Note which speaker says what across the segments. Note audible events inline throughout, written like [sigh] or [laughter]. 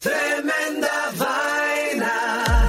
Speaker 1: Tremenda vaina.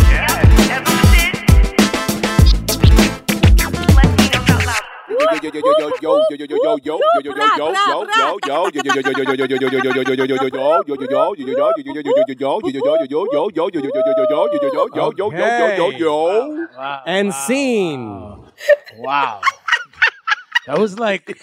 Speaker 2: Yep, that's what it is. Latinos Out Loud.
Speaker 3: and scene.
Speaker 4: Wow. That was like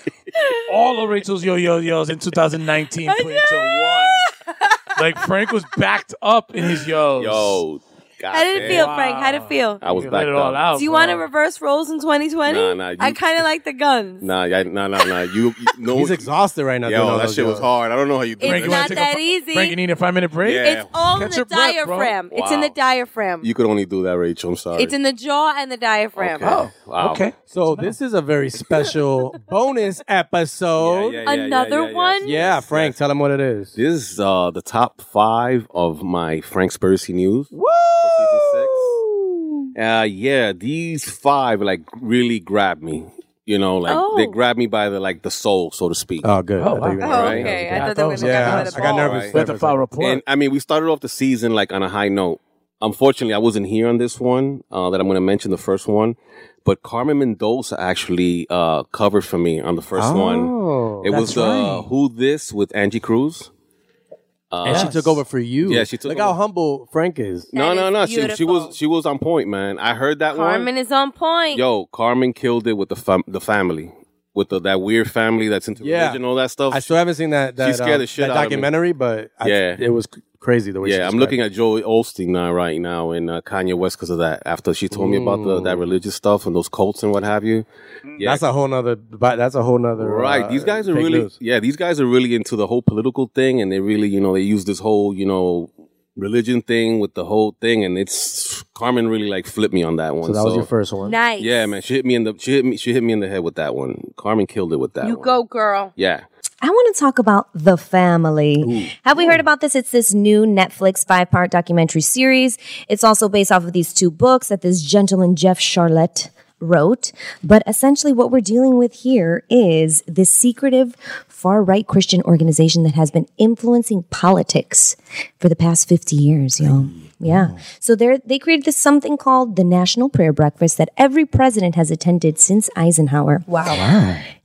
Speaker 4: all of Rachel's yo yo yo's in 2019 put into one. Like Frank was backed up in his yo's.
Speaker 5: Yo, God
Speaker 6: How did it feel, Frank? How did it feel?
Speaker 5: I was
Speaker 4: He
Speaker 5: back
Speaker 4: let it all out.
Speaker 6: Do you
Speaker 4: bro.
Speaker 6: want to reverse roles in 2020?
Speaker 5: Nah, nah, you-
Speaker 6: I kind of like the guns.
Speaker 5: Nah, yeah, nah, nah, nah. You, you no.
Speaker 3: He's exhausted right now. doing
Speaker 5: yo,
Speaker 3: all
Speaker 5: that
Speaker 3: those
Speaker 5: shit was
Speaker 3: jokes.
Speaker 5: hard. I don't know how you do
Speaker 6: It's
Speaker 4: Frank, you wanna
Speaker 5: that.
Speaker 6: not
Speaker 4: take a
Speaker 6: that
Speaker 4: fi-
Speaker 6: easy.
Speaker 4: Frank, you need a five minute break?
Speaker 5: Yeah.
Speaker 6: It's all
Speaker 4: Catch
Speaker 6: in the
Speaker 4: your breath, bro.
Speaker 6: diaphragm. It's in the
Speaker 5: Wow.
Speaker 6: diaphragm.
Speaker 5: You could only do that, Rachel. I'm sorry.
Speaker 6: It's in the jaw and the diaphragm. Oh,
Speaker 5: Okay. Wow.
Speaker 4: Okay.
Speaker 3: So this is a very
Speaker 6: [laughs]
Speaker 3: special bonus episode. Yeah,
Speaker 5: Yeah, yeah, yeah,
Speaker 6: Another
Speaker 5: yeah, yeah.
Speaker 6: one?
Speaker 3: Frank, tell him what it is.
Speaker 5: This is uh, the top five of my Frank Spursy news.
Speaker 3: Woo!
Speaker 5: Uh, yeah, these five like really grabbed me. You know, like
Speaker 6: Oh.
Speaker 5: they grabbed me by the like the soul, so to speak.
Speaker 3: Oh, good.
Speaker 4: Oh,
Speaker 3: I thought you were
Speaker 6: Oh,
Speaker 3: gonna-
Speaker 5: Right.
Speaker 6: okay. I
Speaker 4: Yeah,
Speaker 6: thought they were
Speaker 4: those-
Speaker 6: going
Speaker 3: yeah,
Speaker 6: to
Speaker 3: I got nervous.
Speaker 5: Right.
Speaker 4: We have to file a report.
Speaker 5: And I mean, we started off the season like on a high note. Unfortunately, I wasn't here on this one uh, that I'm going to mention, the first one. But Carmen Mendoza actually uh, covered for me on the first
Speaker 3: Oh,
Speaker 5: one. It was
Speaker 3: that's
Speaker 5: uh,
Speaker 3: right.
Speaker 5: Who This with Angie Cruz. Uh,
Speaker 3: And she
Speaker 4: Yes.
Speaker 3: took over for you.
Speaker 5: Yeah, she took
Speaker 3: Look
Speaker 5: over.
Speaker 3: how humble Frank is.
Speaker 5: no,
Speaker 6: That
Speaker 5: no,
Speaker 6: is
Speaker 5: no. She, she
Speaker 6: beautiful.
Speaker 5: was she was on point, man. I heard that one.
Speaker 6: Carmen is on point.
Speaker 5: Yo, Carmen killed it with the fam- the family, with the, that weird family that's into
Speaker 3: Yeah.
Speaker 5: religion and all that stuff.
Speaker 3: I still haven't seen that that,
Speaker 5: She scared
Speaker 7: um,
Speaker 3: uh,
Speaker 5: the shit out
Speaker 3: that
Speaker 5: of me.
Speaker 3: documentary, but I,
Speaker 5: Yeah.
Speaker 3: it was c- crazy the way. she
Speaker 5: yeah, I'm
Speaker 3: described
Speaker 5: looking
Speaker 3: it.
Speaker 5: at Joey Olstein now, right now, and uh, Kanye West because of that. After she told me about the,
Speaker 3: Mm.
Speaker 5: that religious stuff and those cults and what have you. Yeah,
Speaker 3: That's a whole nother. but That's a whole nother.
Speaker 5: right.
Speaker 3: uh,
Speaker 5: these guys are
Speaker 3: fake
Speaker 5: really,
Speaker 3: news.
Speaker 5: yeah, these guys are really into the whole political thing, and they really, you know, they use this whole, you know, religion thing with the whole thing, and it's Carmen really like flipped me on that one.
Speaker 3: So that was your first one.
Speaker 6: Nice.
Speaker 5: Yeah, man, she hit me in the she hit me she hit me in the head with that one. Carmen killed it with that.
Speaker 6: You
Speaker 5: one.
Speaker 6: go, girl.
Speaker 5: Yeah.
Speaker 8: I want to talk about The Family. Have we heard about this? It's this new Netflix five part documentary series. It's also based off of these two books that this gentleman, Jeff Charlotte, wrote. But essentially, what we're dealing with here is this secretive far right Christian organization that has been influencing politics for the past 50 years, y'all. Yeah. So they they created this something called the National Prayer Breakfast that every president has attended since Eisenhower.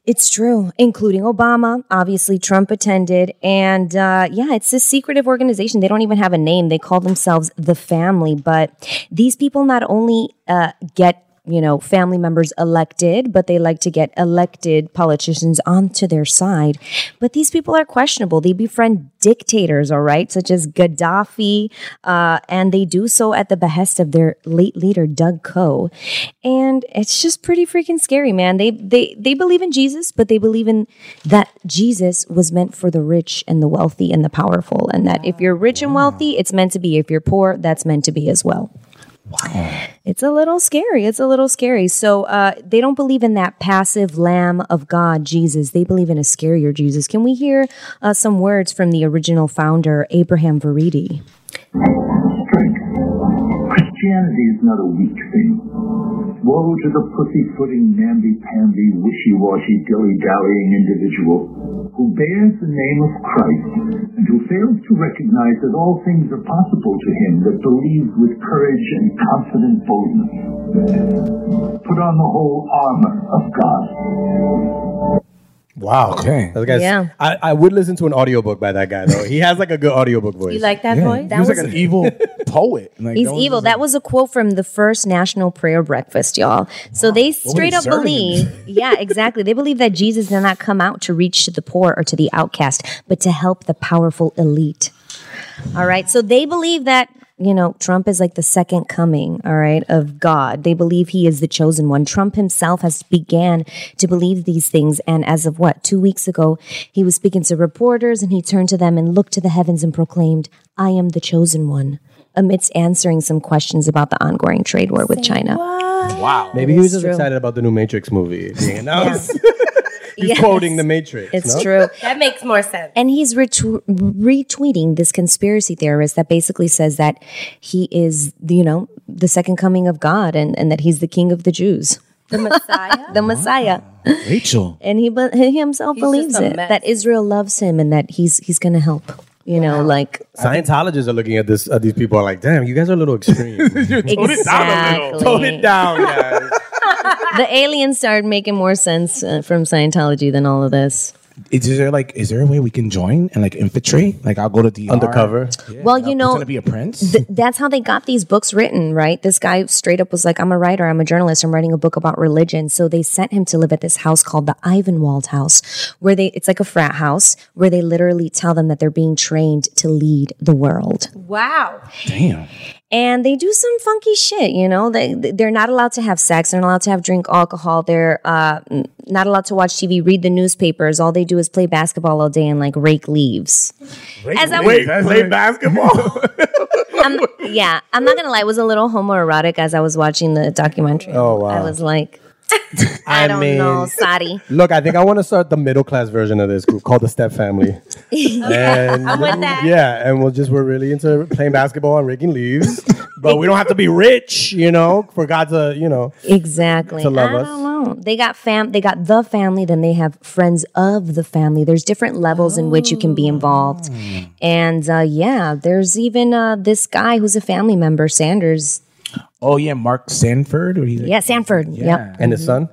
Speaker 8: It's true, including Obama. Obviously, Trump attended. And uh, yeah, it's a secretive organization. They don't even have a name. They call themselves the family. But these people not only uh, get you know, family members elected, but they like to get elected politicians onto their side. But these people are questionable. They befriend dictators, all right, such as Gaddafi, uh, and they do so at the behest of their late leader Doug Coe. And it's just pretty freaking scary, man. They they they believe in Jesus, but they believe in that Jesus was meant for the rich and the wealthy and the powerful, and that if you're rich and wealthy, it's meant to be. If you're poor, that's meant to be as well. It's a little scary. It's a little scary. So uh, they don't believe in that passive Lamb of God, Jesus. They believe in a scarier Jesus. Can we hear uh, some words from the original founder, Abraham Veredi?
Speaker 9: Christianity is not a weak thing. Woe to the pussy-footing, namby-pamby, wishy-washy, dilly-dallying individual who bears the name of Christ and who fails to recognize that all things are possible to him that believes with courage and confident boldness. Put on the whole armor of God.
Speaker 7: Wow. Okay. That guy's,
Speaker 8: Yeah.
Speaker 7: I, I would listen to an audiobook by that guy though. He has like a good audiobook voice.
Speaker 8: You like that
Speaker 7: Yeah.
Speaker 8: voice? That
Speaker 7: He's like an evil poet. Like,
Speaker 8: He's
Speaker 7: that was-
Speaker 8: evil. That was a quote from the first National Prayer Breakfast, y'all. So they straight up
Speaker 7: deserving. [laughs]
Speaker 8: believe, yeah, exactly. They believe that Jesus did not come out to reach to the poor or to the outcast, but to help the powerful elite. Mm-hmm. All right. So they believe that, you know, Trump is like the second coming, all right, of God. They believe he is the chosen one. Trump himself has began to believe these things. And as of what, two weeks ago, he was speaking to reporters and he turned to them and looked to the heavens and proclaimed, I am the chosen one, amidst answering some questions about the ongoing trade war with China.
Speaker 7: Wow. Maybe he was just
Speaker 8: true.
Speaker 7: excited about the new Matrix movie being
Speaker 8: [laughs]
Speaker 7: announced. [laughs] He's
Speaker 8: Yes.
Speaker 7: quoting the Matrix.
Speaker 8: It's
Speaker 7: no?
Speaker 8: true.
Speaker 10: [laughs] That makes more sense.
Speaker 8: And he's retw- retweeting this conspiracy theorist that basically says that he is, you know, the second coming of God and, and that he's the king of the Jews,
Speaker 10: The Messiah.
Speaker 8: [laughs] the Messiah.
Speaker 11: Rachel.
Speaker 8: And he, be- he himself
Speaker 10: He's
Speaker 8: believes
Speaker 10: just a
Speaker 8: it
Speaker 10: mess.
Speaker 8: that Israel loves him and that he's he's going to help. You
Speaker 7: [laughs]
Speaker 8: know, like
Speaker 7: Scientologists are looking at this. At these people are like, damn, you guys are a little
Speaker 8: [laughs]
Speaker 7: extreme.
Speaker 8: exactly.
Speaker 7: Tone it down,
Speaker 8: [laughs]
Speaker 7: guys.
Speaker 8: The aliens started making more sense uh, from Scientology than all of this.
Speaker 11: Is, there like is there a way we can join and like infiltrate? Like I'll go to the
Speaker 7: Undercover.
Speaker 8: well, you know,
Speaker 11: to be a prince.
Speaker 8: th- that's how they got these books written, right? This guy straight up was like, I'm a writer, I'm a journalist, I'm writing a book about religion. So they sent him to live at this house called the Ivanwald House, where they, it's like a frat house, where they literally tell them that they're being trained to lead the world
Speaker 10: Wow.
Speaker 8: and they do some funky shit. You know, they they're not allowed to have sex. They're not allowed to have drink alcohol. They're uh, n- not allowed to watch TV, read the newspapers. All they do is play basketball all day and like rake leaves. As I was,
Speaker 7: play
Speaker 8: [laughs]
Speaker 7: basketball.
Speaker 8: I'm, yeah, I'm not gonna lie, it was a little homoerotic as I was watching the documentary.
Speaker 7: Oh, wow.
Speaker 8: I was like,
Speaker 7: I,
Speaker 8: I don't
Speaker 7: mean,
Speaker 8: know, sorry.
Speaker 7: look, I think I want to start the middle class version of this group called the Step
Speaker 8: [laughs]
Speaker 7: Family. and,
Speaker 10: I'm with that.
Speaker 7: Yeah, and we'll just we're really into playing basketball and raking
Speaker 8: [laughs]
Speaker 7: leaves, but we don't have to be rich, you know, for God to, you know.
Speaker 8: Exactly.
Speaker 7: To love
Speaker 8: I
Speaker 7: us.
Speaker 8: don't know. They got fam. They got the family. Then they have friends of the family. There's different levels in which you can be involved.
Speaker 7: Oh.
Speaker 8: And uh, yeah, there's even uh, this guy who's a family member, Sanders.
Speaker 11: Oh yeah, Mark Sanford. Or he's like,
Speaker 8: Yeah, Sanford. Yep.
Speaker 7: And his
Speaker 8: [laughs]
Speaker 7: son.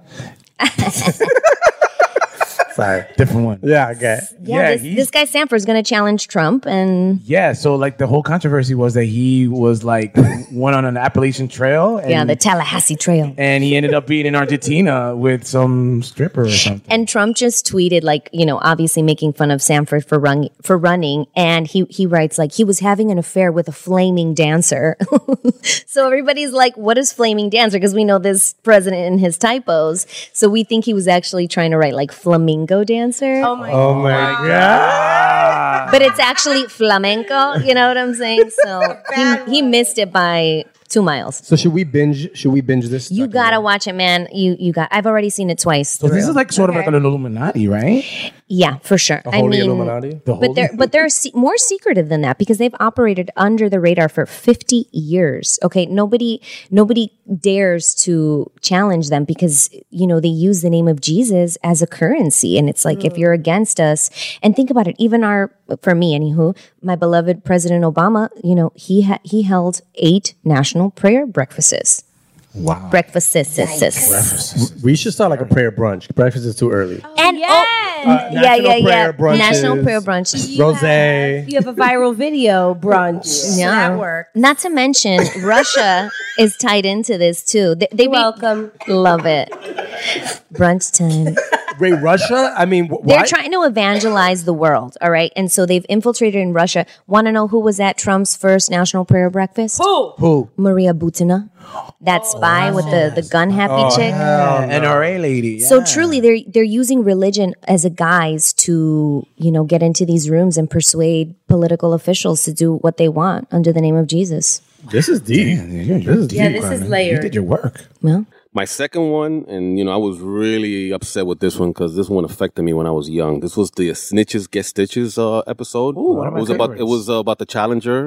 Speaker 11: Sorry, different one.
Speaker 7: Yeah, okay.
Speaker 8: Yeah.
Speaker 11: Yeah,
Speaker 8: this,
Speaker 11: he's-
Speaker 8: this guy Sanford's going to challenge Trump, and
Speaker 11: Yeah, so like the whole controversy was that he was like [laughs] went on an Appalachian trail. And,
Speaker 8: yeah, the Tallahassee Trail.
Speaker 11: and he ended up being in Argentina with some stripper or something.
Speaker 8: And Trump just tweeted, like, you know, obviously making fun of Sanford for run for running, and he he writes like he was having an affair with a flaming dancer. [laughs] so everybody's like, "What is flaming dancer?" Because we know this president and his typos, so we think he was actually trying to write like flamingo dancer,
Speaker 10: Oh my
Speaker 7: Oh my god.
Speaker 8: but it's actually flamenco. You know what
Speaker 10: [laughs]
Speaker 8: I'm saying? So he he missed it by two miles.
Speaker 7: So should we binge should we binge this?
Speaker 8: You
Speaker 7: second
Speaker 8: gotta
Speaker 7: one?
Speaker 8: watch it, man. You you got. I've already seen it twice.
Speaker 11: So this
Speaker 8: through.
Speaker 11: is like sort of like an Illuminati, right?
Speaker 8: yeah, for sure.
Speaker 7: the
Speaker 8: I
Speaker 7: Holy
Speaker 8: mean,
Speaker 7: Illuminati.
Speaker 11: The
Speaker 8: but
Speaker 11: whole
Speaker 8: they're but they're se- more secretive than that because they've operated under the radar for 50 years okay nobody nobody dares to challenge them because you know they use the name of jesus as a currency and it's like if
Speaker 7: Mm.
Speaker 8: you're against us and think about it even our for me anywho my beloved president obama you know he ha- he held eight national prayer breakfasts
Speaker 11: Wow.
Speaker 8: breakfasts and
Speaker 7: We should start like a prayer brunch. Breakfast is too early.
Speaker 8: oh, yeah
Speaker 7: National
Speaker 8: yeah yeah
Speaker 7: prayer brunches.
Speaker 8: national prayer brunch
Speaker 7: Rose.
Speaker 10: You have a viral video
Speaker 6: [laughs]
Speaker 10: brunch.
Speaker 8: Yeah.
Speaker 10: That work.
Speaker 8: Not to mention, Russia is tied into this too. They, they be-
Speaker 10: Welcome.
Speaker 8: love it. Brunch time.
Speaker 7: Great Russia? I mean, wh-
Speaker 8: They're
Speaker 7: why?
Speaker 8: trying to evangelize the world, all right? And so they've infiltrated in Russia. Want to know who was at Trump's first national prayer breakfast? Who?
Speaker 12: Who?
Speaker 8: Maria Butina, that spy with the, the gun happy chick.
Speaker 7: Oh,
Speaker 12: NRA lady. Oh, Yeah.
Speaker 8: So truly, they're they're using religion as a guise to you know get into these rooms and persuade political officials to do what they want under the name of Jesus.
Speaker 7: This is deep.
Speaker 8: this is Yeah, deep, this is Carmen. layered. You did your
Speaker 7: work.
Speaker 8: Well,
Speaker 13: My second one, and you know, I was really upset with this one because this one affected me when I was young. This was the Snitches Get Stitches uh, episode. Ooh,
Speaker 5: one of my
Speaker 13: it was about it
Speaker 5: favorites.
Speaker 13: was uh, about the Challenger.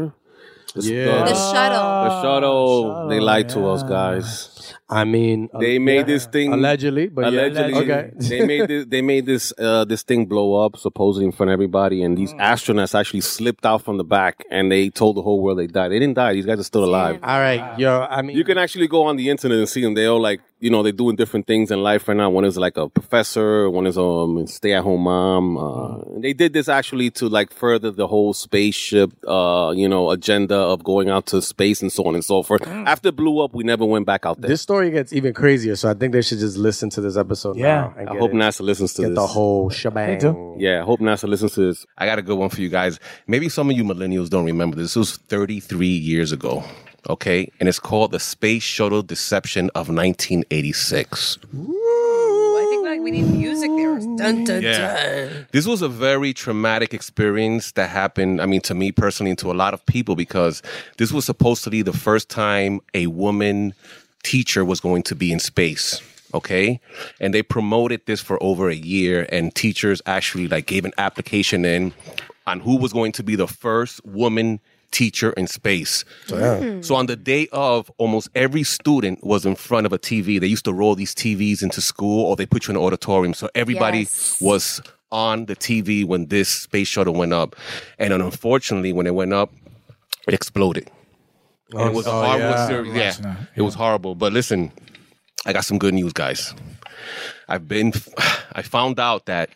Speaker 13: uh,
Speaker 5: Yeah. The shuttle.
Speaker 4: Uh,
Speaker 13: The shuttle. They lied to us, guys.
Speaker 12: I mean, um,
Speaker 13: they made this thing
Speaker 12: Allegedly, but yeah.
Speaker 13: allegedly.
Speaker 12: Okay.
Speaker 13: they made
Speaker 5: [laughs]
Speaker 13: this, they made this uh, this thing blow up supposedly in front of everybody, and
Speaker 5: Mm.
Speaker 13: these astronauts actually slipped out from the back, and they told the whole world they died. They didn't die; these guys are still alive.
Speaker 12: All right, yo, I mean,
Speaker 13: you can actually go on the internet and see them. They all like, you know, they're doing different things in life right now. One is like a professor, one is um stay at home mom. Uh, and they did this actually to like further the whole spaceship, uh, you know, agenda of going out to space and so on and so forth. After it blew up, we never went back out there.
Speaker 12: Mm. This story gets even crazier, so I think they should just listen to this episode. now and
Speaker 13: I
Speaker 12: get
Speaker 13: hope
Speaker 12: it.
Speaker 13: NASA listens to
Speaker 12: get
Speaker 13: this.
Speaker 12: the whole shebang.
Speaker 13: Yeah, I hope NASA listens to this.
Speaker 5: I got a good one for you guys. Maybe some of you millennials don't remember this. This was 33 years ago. Okay, and it's called the Space Shuttle Deception of 1986.
Speaker 6: I think like we need music there. Dun dun
Speaker 5: Yeah.
Speaker 6: dun.
Speaker 5: This was a very traumatic experience that happened, I mean, to me personally and to a lot of people because this was supposed to be the first time a woman teacher was going to be in space. Okay. And they promoted this for over a year and teachers actually like gave an application in on who was going to be the first woman teacher in space. Hmm.
Speaker 12: Damn.
Speaker 5: So on the day of, almost every student was in front of a TV. They used to roll these TVs into school or they put you in an auditorium. So everybody
Speaker 14: Yes.
Speaker 5: was on the TV when this space shuttle went up. And unfortunately, when it went up, it exploded. And it was a
Speaker 14: Oh,
Speaker 5: horrible
Speaker 14: yeah.
Speaker 5: experience.
Speaker 14: Right,
Speaker 5: Yeah, it was horrible. But listen, I got some good news, guys. I've been, [sighs] I found out that.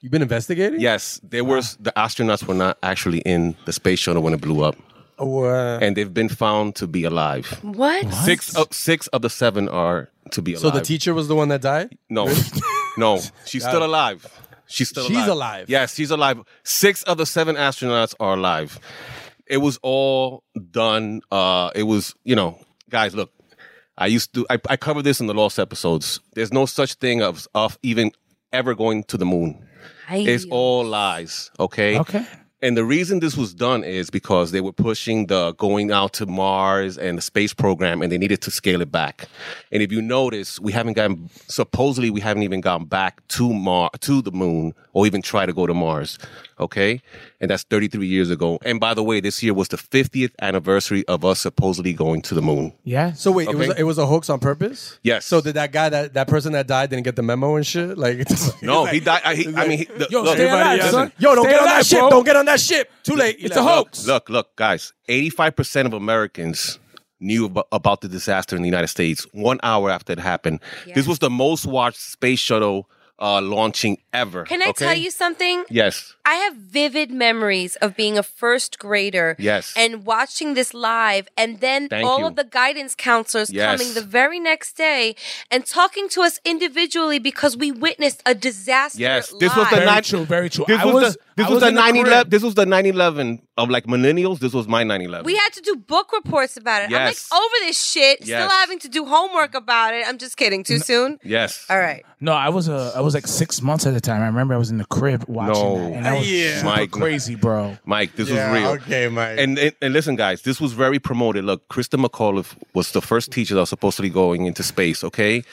Speaker 12: You've been investigating?
Speaker 5: Yes, there was the astronauts were not actually in the space shuttle when it blew up, and they've been found to be alive.
Speaker 6: What?
Speaker 5: Six of six of the seven are to be alive.
Speaker 12: So the teacher was the one that died.
Speaker 5: No, [laughs]
Speaker 12: [laughs]
Speaker 5: no, she's
Speaker 12: Got
Speaker 5: still
Speaker 12: it.
Speaker 5: alive. She's still
Speaker 12: She's
Speaker 5: alive.
Speaker 12: alive.
Speaker 5: Yes, she's alive. Six of the seven astronauts are alive. It was all done. Uh, it was, you know, guys, look, I used to, I, I covered this in the lost episodes. There's no such thing of, of even ever going to the moon. It's all lies, okay? Okay. And the reason this was done is because they were pushing the going out to Mars and the space program, and they needed to scale it back. And if you notice, we haven't gotten supposedly we haven't even gone back to Mar to the moon or even try to go to Mars. Okay, and that's 33 years ago. And by the way, this year was the 50th anniversary of us supposedly going to the moon.
Speaker 12: Yeah. So wait, it was
Speaker 5: Okay.
Speaker 12: it was a hoax on purpose.
Speaker 5: Yes.
Speaker 12: So did that guy that that person that died didn't get the memo and shit? Like, [laughs] it's-
Speaker 5: No,
Speaker 12: it's
Speaker 5: he
Speaker 12: like-
Speaker 5: died. I, he, I mean, he,
Speaker 12: Yo, stay alive,
Speaker 5: listen.
Speaker 12: son. Yo, don't
Speaker 5: Stay
Speaker 12: get on
Speaker 5: alive,
Speaker 12: that ship.
Speaker 5: bro.
Speaker 12: Don't get on that ship. Too late. It's a
Speaker 5: Look,
Speaker 12: hoax.
Speaker 5: Look, look, guys. Eighty-five percent of Americans knew ab- about the disaster in the United States one hour after it happened. This was the most watched space shuttle uh, launching ever.
Speaker 6: Can I
Speaker 5: okay?
Speaker 6: tell you something?
Speaker 5: Yes.
Speaker 6: I have vivid memories of being a first grader.
Speaker 5: Yes.
Speaker 6: And watching this live, and then
Speaker 5: Thank
Speaker 6: all
Speaker 5: you.
Speaker 6: of the guidance counselors
Speaker 5: Yes.
Speaker 6: coming the very next day and talking to us individually because we witnessed a disaster.
Speaker 5: Yes, this was the
Speaker 6: live.
Speaker 5: nine-
Speaker 3: very true.
Speaker 5: This
Speaker 3: I
Speaker 5: was,
Speaker 3: was-
Speaker 5: the this
Speaker 3: I
Speaker 5: was,
Speaker 3: was
Speaker 5: the
Speaker 3: in the
Speaker 5: nine eleven.
Speaker 3: crib.
Speaker 5: This was the nine eleven of like millennials. This was my nine eleven.
Speaker 6: We had to do book reports about it.
Speaker 5: Yes.
Speaker 6: I'm like over this shit. Still
Speaker 5: Yes.
Speaker 6: having to do homework about it. I'm just kidding. Too soon.
Speaker 5: Yes.
Speaker 6: All right.
Speaker 3: No, I was uh, I was like six months at the time. I remember I was in the crib watching
Speaker 5: No.
Speaker 3: that, and I was
Speaker 5: Yeah.
Speaker 3: super
Speaker 5: Mike, no.
Speaker 3: crazy, bro.
Speaker 5: Mike, this
Speaker 3: Yeah,
Speaker 5: was real.
Speaker 3: okay, Mike.
Speaker 5: And, and and listen, guys, this was very promoted. Look, Krista McAuliffe was the first teacher that was supposedly going into space. Okay,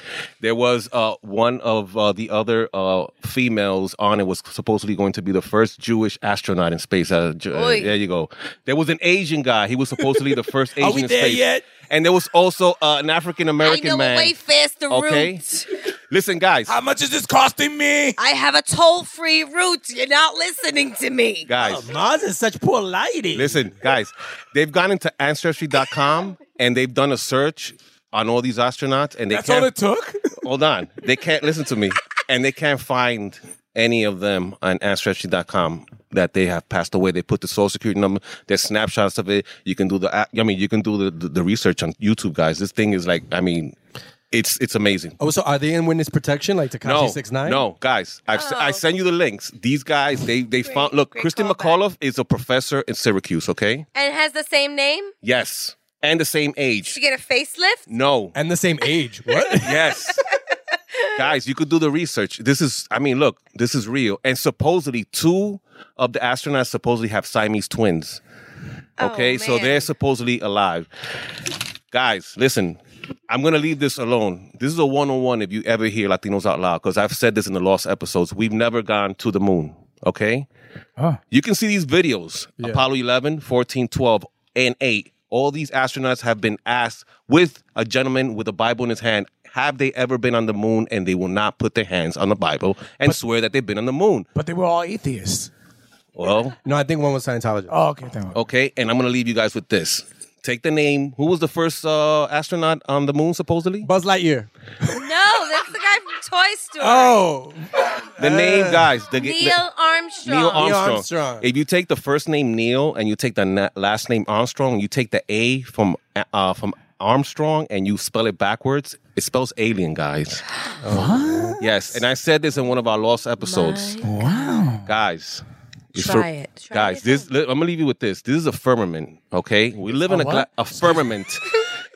Speaker 5: there was uh, one of uh, the other uh, females on it was supposedly going to be the first Jewish astronaut in space. Uh, Ju- uh,
Speaker 14: Oy.
Speaker 5: there you go. There was an Asian guy. He was supposedly the first
Speaker 14: Are
Speaker 5: Asian
Speaker 14: we
Speaker 5: in
Speaker 14: there
Speaker 5: space.
Speaker 14: yet?
Speaker 5: And there was also uh, an African American
Speaker 6: I know
Speaker 5: man.
Speaker 6: a way faster
Speaker 5: okay,
Speaker 6: route.
Speaker 5: listen, guys. How
Speaker 3: much is this costing me?
Speaker 6: I have a toll-free route. You're not listening to me.
Speaker 3: Oh,
Speaker 5: guys.
Speaker 12: Mars is such poor lighting.
Speaker 5: Listen, guys, they've gone into ancestry.com and they've done a search on all these astronauts and they
Speaker 3: That's all
Speaker 5: can't
Speaker 3: it took?
Speaker 5: Hold on. They can't listen to me. And they can't find any of them on ancestry.com that they have passed away. They put the social security number, there's snapshots of it. You can do the I mean, you can do the, the, the research on YouTube, guys. This thing is like, I mean, It's it's amazing.
Speaker 12: Oh, so are they in witness protection like Takashi
Speaker 5: no,
Speaker 12: Six Nine?
Speaker 5: no, guys, I've, s- I send you the links. These guys, they they found. Look, Kristen McAuliffe is a professor in Syracuse. Okay,
Speaker 6: And has the same name?
Speaker 5: yes, and the same age.
Speaker 6: She get a [laughs] facelift?
Speaker 5: No.
Speaker 12: And the same age.
Speaker 3: [laughs]
Speaker 12: What?
Speaker 5: yes. Guys, you could do the research. This is, I mean, look, this is real. And supposedly, two of the astronauts supposedly have Siamese twins. Okay, so they're supposedly alive. Guys, listen, I'm gonna leave this alone. This is a one on one if you ever hear Latinos Out Loud, because I've said this in the lost episodes. We've never gone to the moon, okay? You can see these videos Apollo 11, 14, 12, and 8. All these astronauts have been asked with a gentleman with a Bible in his hand, have they ever been on the moon? And they will not put their hands on the Bible and swear that they've been on the moon.
Speaker 11: But they were all atheists.
Speaker 5: Well,
Speaker 12: no, I think one was Scientologist.
Speaker 11: Oh, okay. Thank you.
Speaker 5: Okay, and I'm going to leave you guys with this. Take the name. Who was the first uh, astronaut on the moon, supposedly?
Speaker 12: Buzz Lightyear.
Speaker 6: No, that's the guy from Toy Story.
Speaker 3: Oh.
Speaker 5: The name, guys. The, the-
Speaker 6: Neil Armstrong.
Speaker 5: Neil Armstrong. If you take the first name Neil and you take the na- last name Armstrong, you take the A from uh, from Armstrong and you spell it backwards, it spells alien, guys. What? Yes, and I said this in one of our lost episodes.
Speaker 11: Wow.
Speaker 5: Guys. it's
Speaker 6: Try it. Try
Speaker 5: guys, this li- I'm gonna leave you with this. This is a firmament, okay? We live in
Speaker 6: A
Speaker 5: a, gla-
Speaker 6: what?
Speaker 5: a
Speaker 6: [laughs]
Speaker 5: firmament,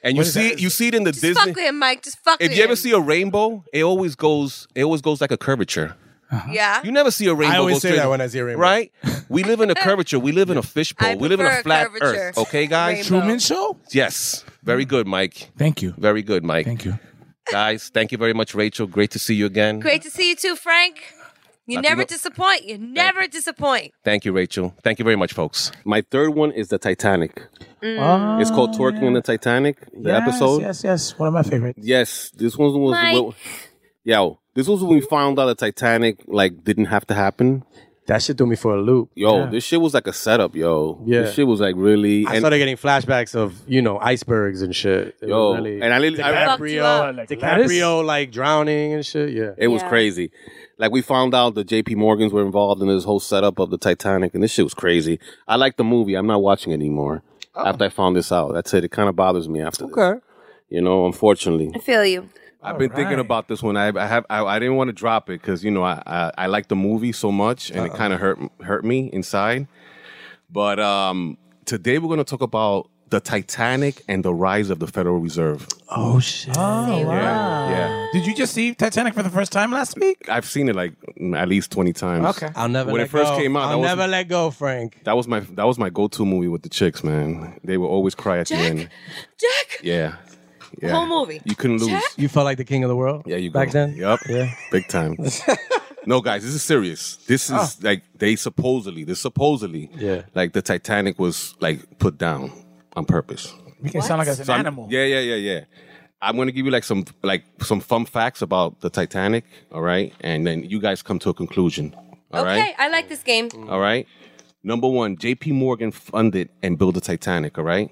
Speaker 5: and you
Speaker 6: What is
Speaker 5: see
Speaker 6: that?
Speaker 5: you see it in the
Speaker 6: Just
Speaker 5: Disney.
Speaker 6: fuck with him, Mike. Just fuck
Speaker 5: If
Speaker 6: with
Speaker 5: you ever
Speaker 6: him.
Speaker 5: see a rainbow, it always goes. It always goes like a curvature.
Speaker 6: yeah.
Speaker 5: You never see a rainbow.
Speaker 12: always
Speaker 5: go
Speaker 12: say
Speaker 5: straight-
Speaker 12: that when I see a rainbow.
Speaker 5: Right? We live in a curvature. We live in a fishbowl. We live in
Speaker 6: prefer
Speaker 5: a
Speaker 6: a
Speaker 5: flat
Speaker 6: curvature.
Speaker 5: earth. Okay, guys.
Speaker 6: Rainbow. Truman
Speaker 11: Show.
Speaker 5: Yes. Very good, Mike.
Speaker 11: Thank you.
Speaker 5: Very good, Mike.
Speaker 11: Thank you.
Speaker 5: Guys, thank you very much, Rachel. Great to see you again.
Speaker 6: Great to see you too, Frank. You
Speaker 5: Latino-
Speaker 6: never disappoint. You never disappoint.
Speaker 5: Thank you, Rachel. Thank you very much, folks. My third one is the Titanic.
Speaker 12: Ah.
Speaker 6: Mm.
Speaker 5: it's called
Speaker 12: Oh,
Speaker 5: Twerking in the Titanic. The
Speaker 11: Yes,
Speaker 5: episode.
Speaker 11: Yes, yes. One of my favorite.
Speaker 5: Yes, this one was.
Speaker 11: Mike.
Speaker 5: yo, this was when we found out the Titanic like didn't have to happen.
Speaker 12: That shit threw me for a loop.
Speaker 5: Yo, this shit was like a setup, yo.
Speaker 12: Yeah.
Speaker 5: This shit was like really.
Speaker 12: I started getting flashbacks of you know icebergs and shit. It
Speaker 5: Yo,
Speaker 12: was really,
Speaker 5: and I li- I- Fucked you
Speaker 12: DiCaprio,
Speaker 5: up. Like
Speaker 12: DiCaprio like drowning and shit. Yeah,
Speaker 5: It was
Speaker 12: Yeah.
Speaker 5: crazy. Like we found out that J.P. Morgans were involved in this whole setup of the Titanic, and this shit was crazy. I like the movie. I'm not watching it anymore.
Speaker 13: Oh.
Speaker 5: After I found this out, that's it. It kind of bothers me after. This,
Speaker 6: Okay.
Speaker 5: you know, unfortunately.
Speaker 6: I feel you.
Speaker 13: I've been thinking about this one. I, I have. I, I didn't want to drop it because you know I, I I like the movie so much, and it kind of hurt hurt me inside. But um, today we're going to talk about the Titanic and the rise of the Federal Reserve.
Speaker 11: Oh shit. Oh wow.
Speaker 13: Yeah,
Speaker 11: Did you just see Titanic for the first time last week?
Speaker 13: I've seen it like mm, at least twenty times.
Speaker 11: Okay. I'll
Speaker 12: never
Speaker 13: when
Speaker 12: let
Speaker 13: it first
Speaker 12: go.
Speaker 13: came out.
Speaker 12: I'll
Speaker 13: that was-
Speaker 12: never let go, Frank.
Speaker 13: That was my that was my go to movie with the chicks, man. They would always cry at the
Speaker 12: Jack?
Speaker 13: end.
Speaker 6: Jack,
Speaker 13: Yeah, yeah.
Speaker 6: whole movie.
Speaker 13: You couldn't lose.
Speaker 12: You felt like the king of the world.
Speaker 13: Yeah, you
Speaker 12: back
Speaker 13: go.
Speaker 12: then.
Speaker 13: Yep. Yeah.
Speaker 12: [laughs]
Speaker 13: Big time. no, guys, this is serious. This is
Speaker 12: Oh.
Speaker 13: like they supposedly, this supposedly, yeah, like the Titanic was like put down on purpose.
Speaker 11: We can sound like it's an
Speaker 13: So I'm-
Speaker 11: animal.
Speaker 13: Yeah, yeah, yeah, yeah. I'm gonna give you like some like some fun facts about the Titanic, all right, and then you guys come to a conclusion, all right?
Speaker 6: Okay, I like this game.
Speaker 5: Oh,
Speaker 13: All right. Number one, J.P. Morgan funded and built the Titanic. All right.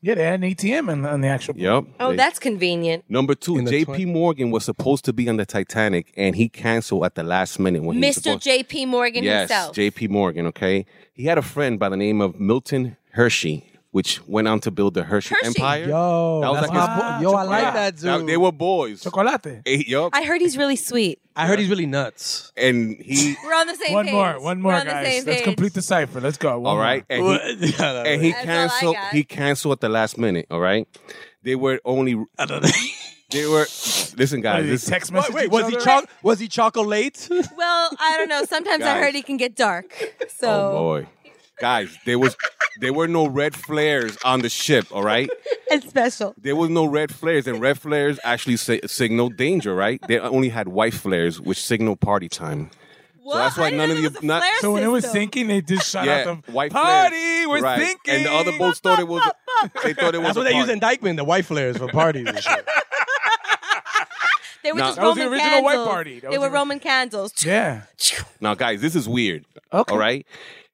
Speaker 11: Yeah, they had an ATM in, in the actual.
Speaker 13: Yep.
Speaker 6: Oh,
Speaker 13: They-
Speaker 6: that's convenient.
Speaker 13: Number two, J.P. Morgan was supposed to be on the Titanic and he canceled at the last minute when he was
Speaker 6: Mr.
Speaker 13: supposed-
Speaker 6: J.P. Morgan
Speaker 13: yes,
Speaker 6: himself.
Speaker 13: J.P. Morgan. Okay, he had a friend by the name of Milton Hershey, which went on to build the Hershey,
Speaker 6: Hershey.
Speaker 13: Empire.
Speaker 12: Yo,
Speaker 13: that was
Speaker 12: that's
Speaker 13: like
Speaker 12: my
Speaker 13: his-
Speaker 12: boy. Yo, I like
Speaker 13: Yeah.
Speaker 12: that dude.
Speaker 13: They were boys.
Speaker 11: Chocolate.
Speaker 13: Eight, yup.
Speaker 6: I heard he's really sweet.
Speaker 12: I heard he's really nuts.
Speaker 13: And he
Speaker 6: We're on the same
Speaker 11: One
Speaker 6: page.
Speaker 11: more, one
Speaker 6: We're
Speaker 11: more,
Speaker 6: on the
Speaker 11: guys.
Speaker 6: same
Speaker 11: Let's
Speaker 6: page.
Speaker 11: complete the cipher. Let's go.
Speaker 13: All right, and he, and he
Speaker 6: That's all I
Speaker 13: canceled.
Speaker 6: got.
Speaker 13: He canceled at the last minute. All right, they were
Speaker 12: [laughs]
Speaker 13: only. I don't know. They were. Listen, guys.
Speaker 11: they
Speaker 13: this-
Speaker 11: text message
Speaker 12: Wait, was he choc- was he
Speaker 6: [laughs]
Speaker 12: chocolate?
Speaker 6: Well, I don't know. Sometimes I
Speaker 13: Guys.
Speaker 6: heard he can get dark.
Speaker 13: Oh
Speaker 6: So
Speaker 13: boy, guys, there was there were no red flares on the ship. All right,
Speaker 6: it's special.
Speaker 13: there was no red flares, and red flares actually si- signal danger. Right, they only had white flares, which signal party time. So that's why none of the not
Speaker 11: [laughs] So when it was sinking, they just shot
Speaker 13: yeah,
Speaker 11: out the
Speaker 13: white
Speaker 11: party.
Speaker 13: flares.
Speaker 11: we're
Speaker 13: right.
Speaker 11: sinking.
Speaker 13: and the other boats thought it
Speaker 6: [laughs]
Speaker 13: was they thought it was
Speaker 12: That's
Speaker 13: a
Speaker 12: what they use
Speaker 13: party.
Speaker 12: in Dykeman, the white flares for parties and
Speaker 15: [laughs]
Speaker 12: shit.
Speaker 6: They were
Speaker 13: Nah.
Speaker 6: just
Speaker 13: That was the
Speaker 6: Roman
Speaker 13: original white
Speaker 6: candles.
Speaker 13: party. That
Speaker 6: They
Speaker 13: was
Speaker 6: were
Speaker 13: the-
Speaker 6: Roman candles.
Speaker 11: Yeah.
Speaker 13: Now, guys, this is weird. All right.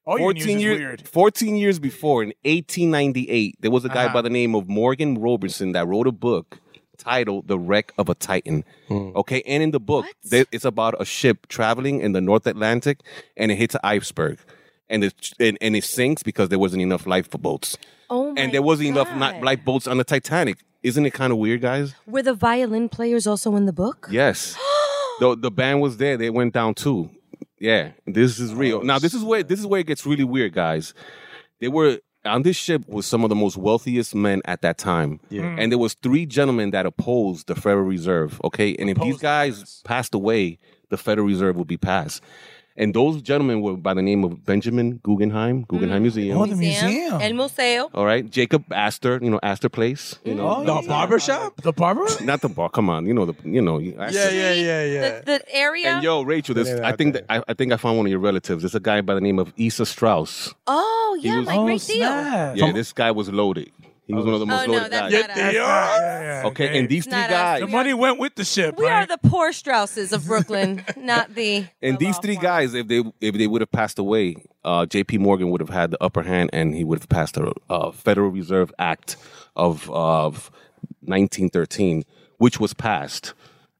Speaker 11: All your news is
Speaker 13: years,
Speaker 11: weird.
Speaker 13: 14 years before, in 1898, there was a guy
Speaker 11: Uh-huh.
Speaker 13: by the name of Morgan Robertson that wrote a book titled The Wreck of a Titan. Okay. And in the book, there, it's about a ship traveling in the North Atlantic and it hits an iceberg. And it, and, and it sinks because there wasn't enough lifeboats.
Speaker 6: Oh my
Speaker 13: and there wasn't enough ni- lifeboats on the Titanic.
Speaker 5: isn't it kind of weird, guys?
Speaker 6: Were the violin players also in the book?
Speaker 5: Yes. the the band was there. They went down too. Yeah, this is real. Now this is where this is where it gets really weird, guys. They were on this ship was some of the most wealthiest men at that time.
Speaker 3: Yeah. Mm.
Speaker 5: And there was three gentlemen that opposed the Federal Reserve, okay? And if these guys passed away, the Federal Reserve would be passed. And those gentlemen were by the name of Benjamin Guggenheim, Guggenheim Oh, Museum.
Speaker 6: museum. El museo.
Speaker 5: All right, Jacob Astor, you know Astor Place, you
Speaker 3: Oh,
Speaker 5: know
Speaker 15: the barber shop, the
Speaker 5: [laughs]
Speaker 15: barber,
Speaker 5: not the bar. Come on, you know the, you know. you-
Speaker 3: [laughs]
Speaker 6: Yeah, yeah,
Speaker 15: yeah, yeah.
Speaker 6: The area.
Speaker 5: And yo, Rachel, this I think that I, I think I found one of your relatives. There's a guy by the name of Issa Strauss.
Speaker 6: oh,
Speaker 5: He
Speaker 6: yeah,
Speaker 5: was-
Speaker 6: my great deal.
Speaker 5: Yeah, this guy was loaded. He was one of the most
Speaker 6: Oh, no,
Speaker 5: loaded
Speaker 6: that's
Speaker 5: guys.
Speaker 6: not us. Yeah, they
Speaker 5: Okay, and these three
Speaker 6: not us.
Speaker 5: guys,
Speaker 6: The
Speaker 5: money went with the ship.
Speaker 6: We are the poor Strausses of Brooklyn, not the.
Speaker 5: And these three guys, if they if they would have passed away, uh, J.P. Morgan would have had the upper hand, and he would have passed the uh, Federal Reserve Act of of 1913, which was passed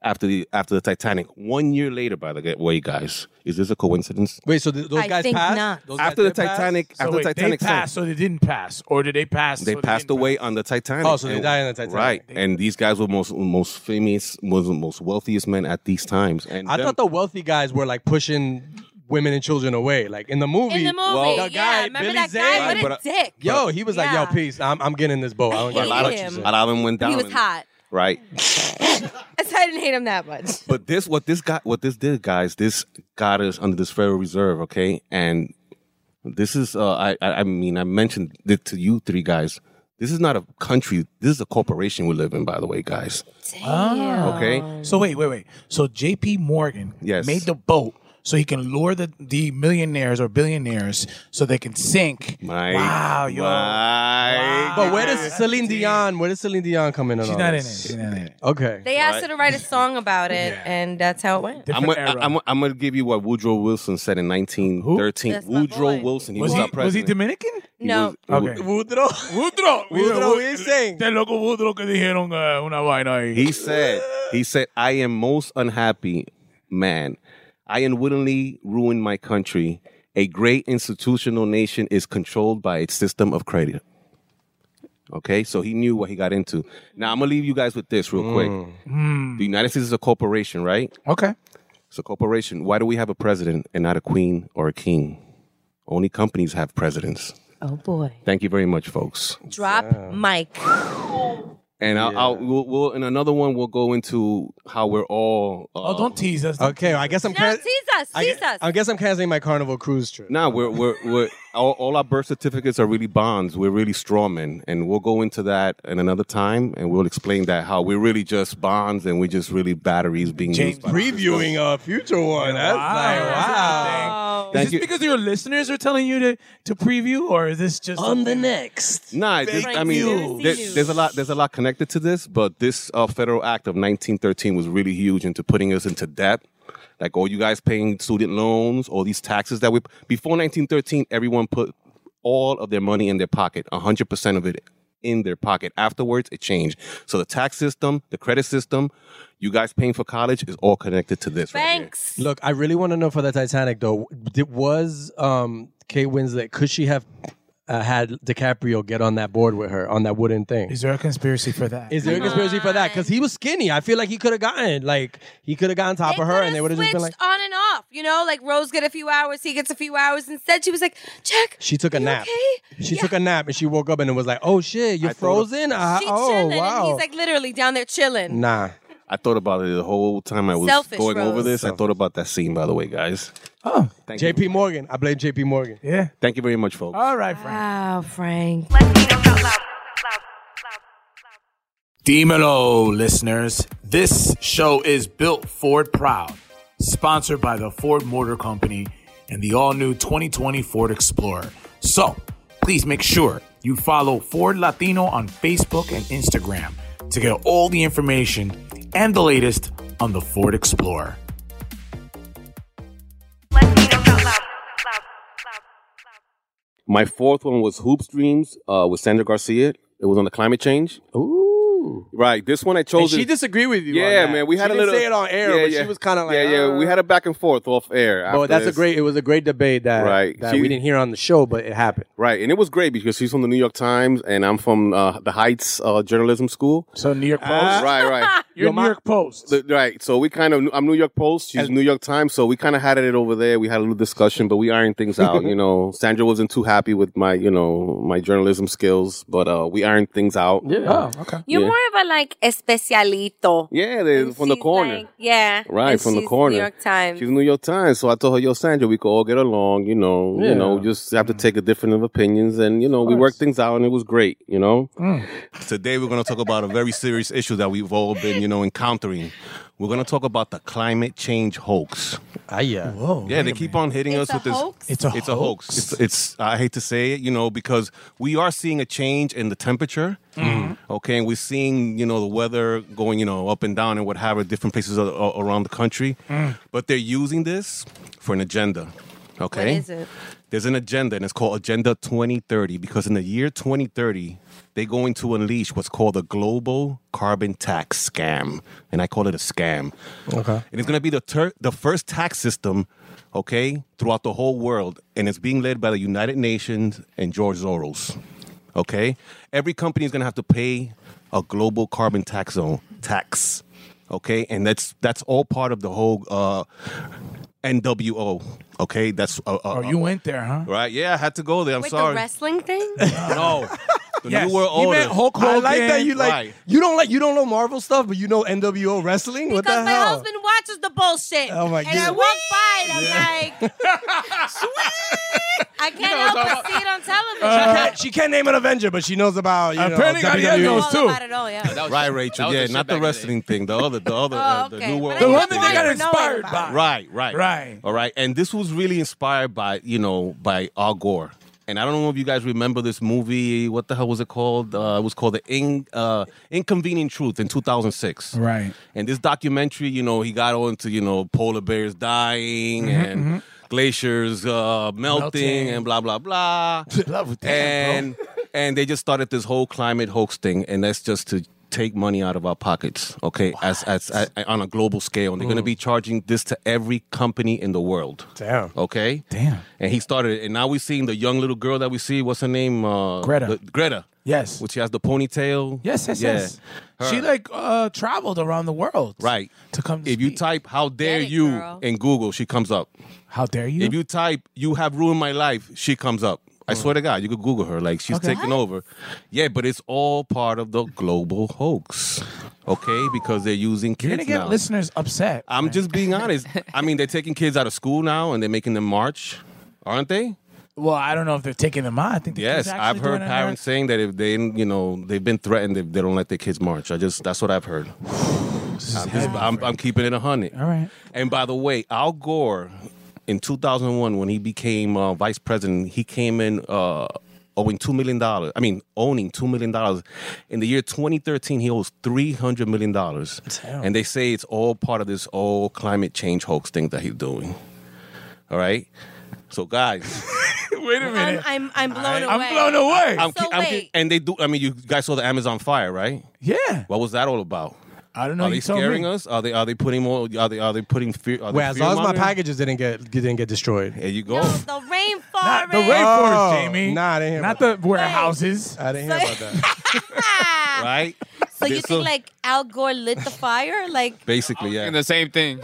Speaker 5: after the after the Titanic. One year later, by the way, guys, is this a coincidence?
Speaker 3: Wait, so th- those
Speaker 15: I
Speaker 3: guys
Speaker 15: think
Speaker 3: passed?
Speaker 15: not.
Speaker 3: Those
Speaker 5: After
Speaker 3: guys
Speaker 5: the
Speaker 3: did pass?
Speaker 5: Titanic-
Speaker 15: So
Speaker 5: after
Speaker 15: wait,
Speaker 5: Titanic
Speaker 15: they
Speaker 5: sank.
Speaker 15: passed, so they didn't pass, or did they pass?
Speaker 5: They
Speaker 15: so
Speaker 5: passed
Speaker 15: didn't
Speaker 5: away on the Titanic.
Speaker 3: Oh, so they
Speaker 5: And-
Speaker 3: died on the Titanic.
Speaker 5: Right, and these guys were most most famous, was most wealthiest men at these times. And
Speaker 3: I
Speaker 5: them-
Speaker 3: thought the wealthy guys were like pushing women and children away, like in the movie.
Speaker 6: In the movie,
Speaker 3: Well,
Speaker 6: yeah,
Speaker 3: the guy,
Speaker 6: remember
Speaker 3: Billy
Speaker 6: that
Speaker 3: Zane,
Speaker 6: guy? What a dick.
Speaker 3: Yo, he was like,
Speaker 6: Yeah.
Speaker 3: "Yo, peace. I'm, I'm getting in this boat. I don't
Speaker 6: I
Speaker 3: care
Speaker 6: hate
Speaker 3: about what you
Speaker 6: him.
Speaker 3: say."
Speaker 5: uh, a lot of them went down.
Speaker 6: He was
Speaker 5: and-
Speaker 6: hot. [laughs]
Speaker 5: Right.
Speaker 6: I didn't hate him that much.
Speaker 5: But this, what this got, what this did, guys, this got us under this Federal Reserve, okay? And this is, uh, I, I I mean, I mentioned it to you three guys. This is not a country. This is a corporation we live in, by the way, guys.
Speaker 15: Ah.
Speaker 5: Okay.
Speaker 15: So wait, wait, wait. So J.P. Morgan
Speaker 5: Yes.
Speaker 15: made the boat so he can lure the, the millionaires or billionaires so they can sink.
Speaker 5: My,
Speaker 15: wow, yo.
Speaker 3: But where does Celine Dion? Where does Celine Dion come in? on
Speaker 15: She's
Speaker 3: all
Speaker 15: not in it.
Speaker 3: this?
Speaker 15: She's not in it.
Speaker 3: Okay.
Speaker 6: They asked her to write a song about it, and that's how it went.
Speaker 5: I'm gonna, I- I'm, I'm gonna give you what Woodrow Wilson said in 1913.
Speaker 6: That's my
Speaker 5: Woodrow
Speaker 6: boy.
Speaker 5: Wilson, he
Speaker 15: Was
Speaker 5: was,
Speaker 15: he- was
Speaker 5: not
Speaker 15: he
Speaker 5: president.
Speaker 15: Dominican?
Speaker 6: No.
Speaker 15: Okay.
Speaker 3: [laughs] Woodrow.
Speaker 15: Woodrow.
Speaker 5: Woodrow
Speaker 15: Wilson. Este loco Woodrow que dijeron uh, una vaina ahí.
Speaker 5: He said, he said, I am most unhappy man. I unwittingly ruined my country. A great institutional nation is controlled by its system of credit. Okay, so he knew what he got into. Now I'm gonna leave you guys with this real quick.
Speaker 15: Mm.
Speaker 5: The United States is a corporation, right?
Speaker 15: Okay.
Speaker 5: It's a corporation. Why do we have a president and not a queen or a king? Only companies have presidents.
Speaker 6: Oh boy.
Speaker 5: Thank you very much, folks.
Speaker 6: Drop mic.
Speaker 5: And I'll, I'll we'll, we'll in another one we'll go into how we're all. Uh,
Speaker 15: oh, don't tease us.
Speaker 3: Okay, I guess I'm.
Speaker 6: No,
Speaker 3: can-
Speaker 6: tease us.
Speaker 3: I,
Speaker 6: Tease us.
Speaker 3: I guess I'm canceling my Carnival cruise trip.
Speaker 5: Nah, we're we're, we're all, all our birth certificates are really bonds. We're really strawmen, and we'll go into that in another time, and we'll explain that how we're really just bonds, and we're just really batteries being used. By
Speaker 3: Previewing a future one. That's like wow.
Speaker 5: Thank
Speaker 15: is this
Speaker 5: you.
Speaker 15: because your listeners are telling you to, to preview, or is this just on
Speaker 3: the next?
Speaker 5: Nah, this, I mean, there, there's a lot. There's a lot connected to this, but this uh, federal act of 1913 was really huge into putting us into debt. Like all you guys paying student loans, all these taxes that we before 1913, everyone put all of their money in their pocket, 100 percent of it in their pocket. Afterwards, it changed. So the tax system, the credit system, you guys paying for college is all connected to this.
Speaker 6: Thanks.
Speaker 3: Look, I really want to know for the Titanic though. Did, was um, Kate Winslet? Could she have uh, had DiCaprio get on that board with her on that wooden thing?
Speaker 15: Is there a conspiracy for that?
Speaker 3: Is there a conspiracy for that? Because he was skinny. I feel like he could have gotten like he could have gotten top of her, and they would have just
Speaker 6: Switched
Speaker 3: been like,
Speaker 6: on and off. You know, like Rose get a few hours, he gets a few hours. Instead, she was like, check.
Speaker 3: she took a nap. She took a nap, and she woke up, and it was like, oh shit, you're frozen. Ah,
Speaker 6: She
Speaker 3: oh
Speaker 6: chilling,
Speaker 3: wow.
Speaker 6: and he's like literally down there chilling.
Speaker 3: Nah.
Speaker 5: I thought about it the whole time I was
Speaker 6: Selfish,
Speaker 5: going over
Speaker 6: Rose.
Speaker 5: this. I thought about that scene, by the way, guys.
Speaker 3: JP Morgan. I blame JP Morgan.
Speaker 15: Yeah.
Speaker 5: Thank you very much, folks.
Speaker 15: All right, Frank.
Speaker 6: Wow, Frank.
Speaker 15: Dímelo, listeners. This show is built Ford proud, sponsored by the Ford Motor Company and the all new 2020 Ford Explorer. So please make sure you follow Ford Latino on Facebook and Instagram to get all the information and the latest on the Ford Explorer.
Speaker 5: My fourth one was Hoops Dreams uh, with Sandra Garcia. It was on the climate change. Ooh.
Speaker 13: Right. This one I chose.
Speaker 12: she
Speaker 13: is-
Speaker 12: disagreed with you on
Speaker 13: Yeah,
Speaker 12: that.
Speaker 13: man. We
Speaker 12: She
Speaker 13: had a
Speaker 12: didn't
Speaker 13: little.
Speaker 12: say it on air, but she was kinda like,
Speaker 13: Yeah, yeah. We had a back and forth off air.
Speaker 12: Oh,
Speaker 13: after
Speaker 12: that's a
Speaker 13: this.
Speaker 12: great. It was a great debate that
Speaker 13: Right.
Speaker 12: that
Speaker 13: She-
Speaker 12: we didn't hear on the show, but it happened.
Speaker 13: Right, and it was great because she's from the New York Times and I'm from uh, the Heights uh, Journalism School.
Speaker 12: So New York Post,
Speaker 13: right,
Speaker 12: [laughs]
Speaker 13: right.
Speaker 12: You're New York Post.
Speaker 13: The- right, so we kind of I'm New York Post, she's New York Times, so we kind of had it over there. We had a little discussion, but we
Speaker 12: [laughs]
Speaker 13: ironed things out. you know, Sandra wasn't too happy with my you know my journalism skills, but uh, we ironed things out.
Speaker 3: Oh,
Speaker 12: Yeah,
Speaker 14: Oh,
Speaker 12: okay.
Speaker 6: You're
Speaker 13: yeah,
Speaker 6: more of a like especialito.
Speaker 13: yeah they, from the corner.
Speaker 6: Like, yeah.
Speaker 13: Right,
Speaker 6: And
Speaker 13: from the
Speaker 6: she's
Speaker 13: corner.
Speaker 6: New York Times.
Speaker 13: She's New York Times, so I told her, "Yo, Sandra, we could all get along. You know,
Speaker 6: Yeah.
Speaker 13: you know, we just have to take a different of opinions, and you know, we worked things out, and it was great. You know,
Speaker 5: Today we're going to talk about a very serious issue that we've all been, you know, encountering. We're going to talk about the climate change hoax. Ah, yeah. Whoa. Yeah, they keep on hitting us with this. It's a it's a hoax. It's, it's I hate to say it, you know, because we are seeing a change in the temperature. Okay, and we're seeing, you know, the weather going, you know, up and down and what have it, different places a- a- around the country.
Speaker 16: Mm.
Speaker 5: But they're using this for an agenda. Okay.
Speaker 16: is it?
Speaker 5: There's an agenda, and it's called Agenda 2030 because in the year 2030, they're going to unleash what's called a global carbon tax scam, and I call it a scam.
Speaker 14: Okay.
Speaker 5: And it's going to be the ter- the first tax system, okay, throughout the whole world, and it's being led by the United Nations and George Soros. Okay, every company is going to have to pay a global carbon tax zone tax. Okay, and that's that's all part of the whole uh, NWO. Okay, that's uh, uh,
Speaker 3: Oh, you went there, huh?
Speaker 5: right. Yeah, I had to go there. I'm
Speaker 6: Wait,
Speaker 5: sorry.
Speaker 6: the wrestling
Speaker 3: [laughs]
Speaker 6: thing?
Speaker 5: [laughs] no. The
Speaker 14: Yes.
Speaker 5: New World
Speaker 14: He
Speaker 5: Order.
Speaker 14: meant Hulk Hogan. I like that you like
Speaker 5: Right.
Speaker 14: you don't like you don't know Marvel stuff, but you know NWO wrestling. what the
Speaker 6: Because my
Speaker 14: hell?
Speaker 6: husband watches the bullshit.
Speaker 14: Oh, my
Speaker 6: And I
Speaker 14: goodness.
Speaker 6: walk by and I'm
Speaker 3: [laughs]
Speaker 6: like, sweet. I can't help but see it on
Speaker 3: Uh,
Speaker 6: television.
Speaker 13: [laughs]
Speaker 14: she, can't, she can't name an Avenger, but she knows about you
Speaker 5: Apparently
Speaker 14: know,
Speaker 5: Ariel
Speaker 3: E
Speaker 14: WWE.
Speaker 5: knows
Speaker 6: All about it all, yeah.
Speaker 5: right,
Speaker 14: that
Speaker 5: Rachel.
Speaker 14: was
Speaker 5: Yeah,
Speaker 14: the shit
Speaker 5: not the
Speaker 14: back in the Oh,
Speaker 5: wrestling thing. The other,
Speaker 14: [laughs]
Speaker 5: the other,
Speaker 6: Oh,
Speaker 5: uh, the New World
Speaker 6: The
Speaker 5: Order
Speaker 6: one that they got
Speaker 5: thing.
Speaker 6: inspired by.
Speaker 5: Right, right, right. All right, and this was really inspired by you know by Al Gore. And I don't know if you guys remember this movie. What the hell was it called? Uh, it was called The In, uh, Inconvenient Truth in 2006.
Speaker 3: Right.
Speaker 5: And this documentary, you know, he got on to, you know, polar bears dying and glaciers uh, melting,
Speaker 3: Melting.
Speaker 5: and blah, blah, blah. and, and they just started this whole climate hoax thing. And that's just to take money out of our pockets, okay, as, as, as on a global scale. And they're going to
Speaker 14: Mm.
Speaker 5: be charging this to every company in the world.
Speaker 14: Damn.
Speaker 5: Okay. Damn. And he started it. And now we're seeing the young little girl that we see. What's her name? Uh,
Speaker 3: Greta.
Speaker 5: the- Greta.
Speaker 3: Yes.
Speaker 5: Which has the ponytail.
Speaker 3: Yes, yes,
Speaker 5: Yeah.
Speaker 3: yes.
Speaker 5: Her.
Speaker 3: She like uh traveled around the world.
Speaker 5: Right. To come if you type "How dare you" in Google, she comes up.
Speaker 3: How dare you?
Speaker 5: If you type "You have ruined my life," she comes up. I swear to God, you could Google her. Like she's
Speaker 3: Mm. Okay.
Speaker 5: taking over. Yeah, but it's all part of the global hoax. Okay, because they're using kids
Speaker 3: You're gonna get
Speaker 5: now.
Speaker 3: listeners upset.
Speaker 5: I'm just being honest. I mean, they're taking kids out of school now and they're making them march, aren't they?
Speaker 3: Well, I don't know if they're taking them on. I think the
Speaker 5: Yes,
Speaker 3: kids actually
Speaker 5: I've heard
Speaker 3: doing it now.
Speaker 5: parents saying that if they, you know, they've been threatened if they don't let their kids march. I just that's what I've heard. I'm, just- I'm, I'm keeping it a hundred.
Speaker 3: All right.
Speaker 5: And by the way, Al Gore in 2001, when he became uh, vice president, he came in uh, owing two million dollars. I mean, owning two million dollars. In the year 2013, he owes 300 million dollars. And they say it's all part of this old climate change hoax thing that he's doing. All right. So guys.
Speaker 3: Wait a minute.
Speaker 6: I'm, I'm, I'm blown away.
Speaker 3: I'm blown away.
Speaker 5: I'm, ki- I'm ki- and they do. I mean, you guys saw the Amazon fire, right?
Speaker 3: Yeah.
Speaker 5: What was that all about?
Speaker 3: I don't know,
Speaker 5: Are they
Speaker 3: you told
Speaker 5: scaring
Speaker 3: me.
Speaker 5: us? Are they? Are they putting more? Are they? Are they putting fear? Are they
Speaker 14: Wait, as long as my
Speaker 5: fear-mongering?
Speaker 14: packages didn't get didn't get destroyed.
Speaker 5: There you go.
Speaker 6: The rainforest.
Speaker 3: The rainforest,
Speaker 14: Oh,
Speaker 3: Jamie.
Speaker 14: Nah, I didn't hear
Speaker 3: Not the warehouses.
Speaker 14: I didn't hear about that.
Speaker 6: [laughs]
Speaker 5: right?
Speaker 6: Ah. So you
Speaker 5: This
Speaker 6: think
Speaker 5: will-
Speaker 6: like oh. Al Gore lit the fire? Like
Speaker 5: Basically, yeah.
Speaker 16: the same
Speaker 6: [laughs]
Speaker 16: thing.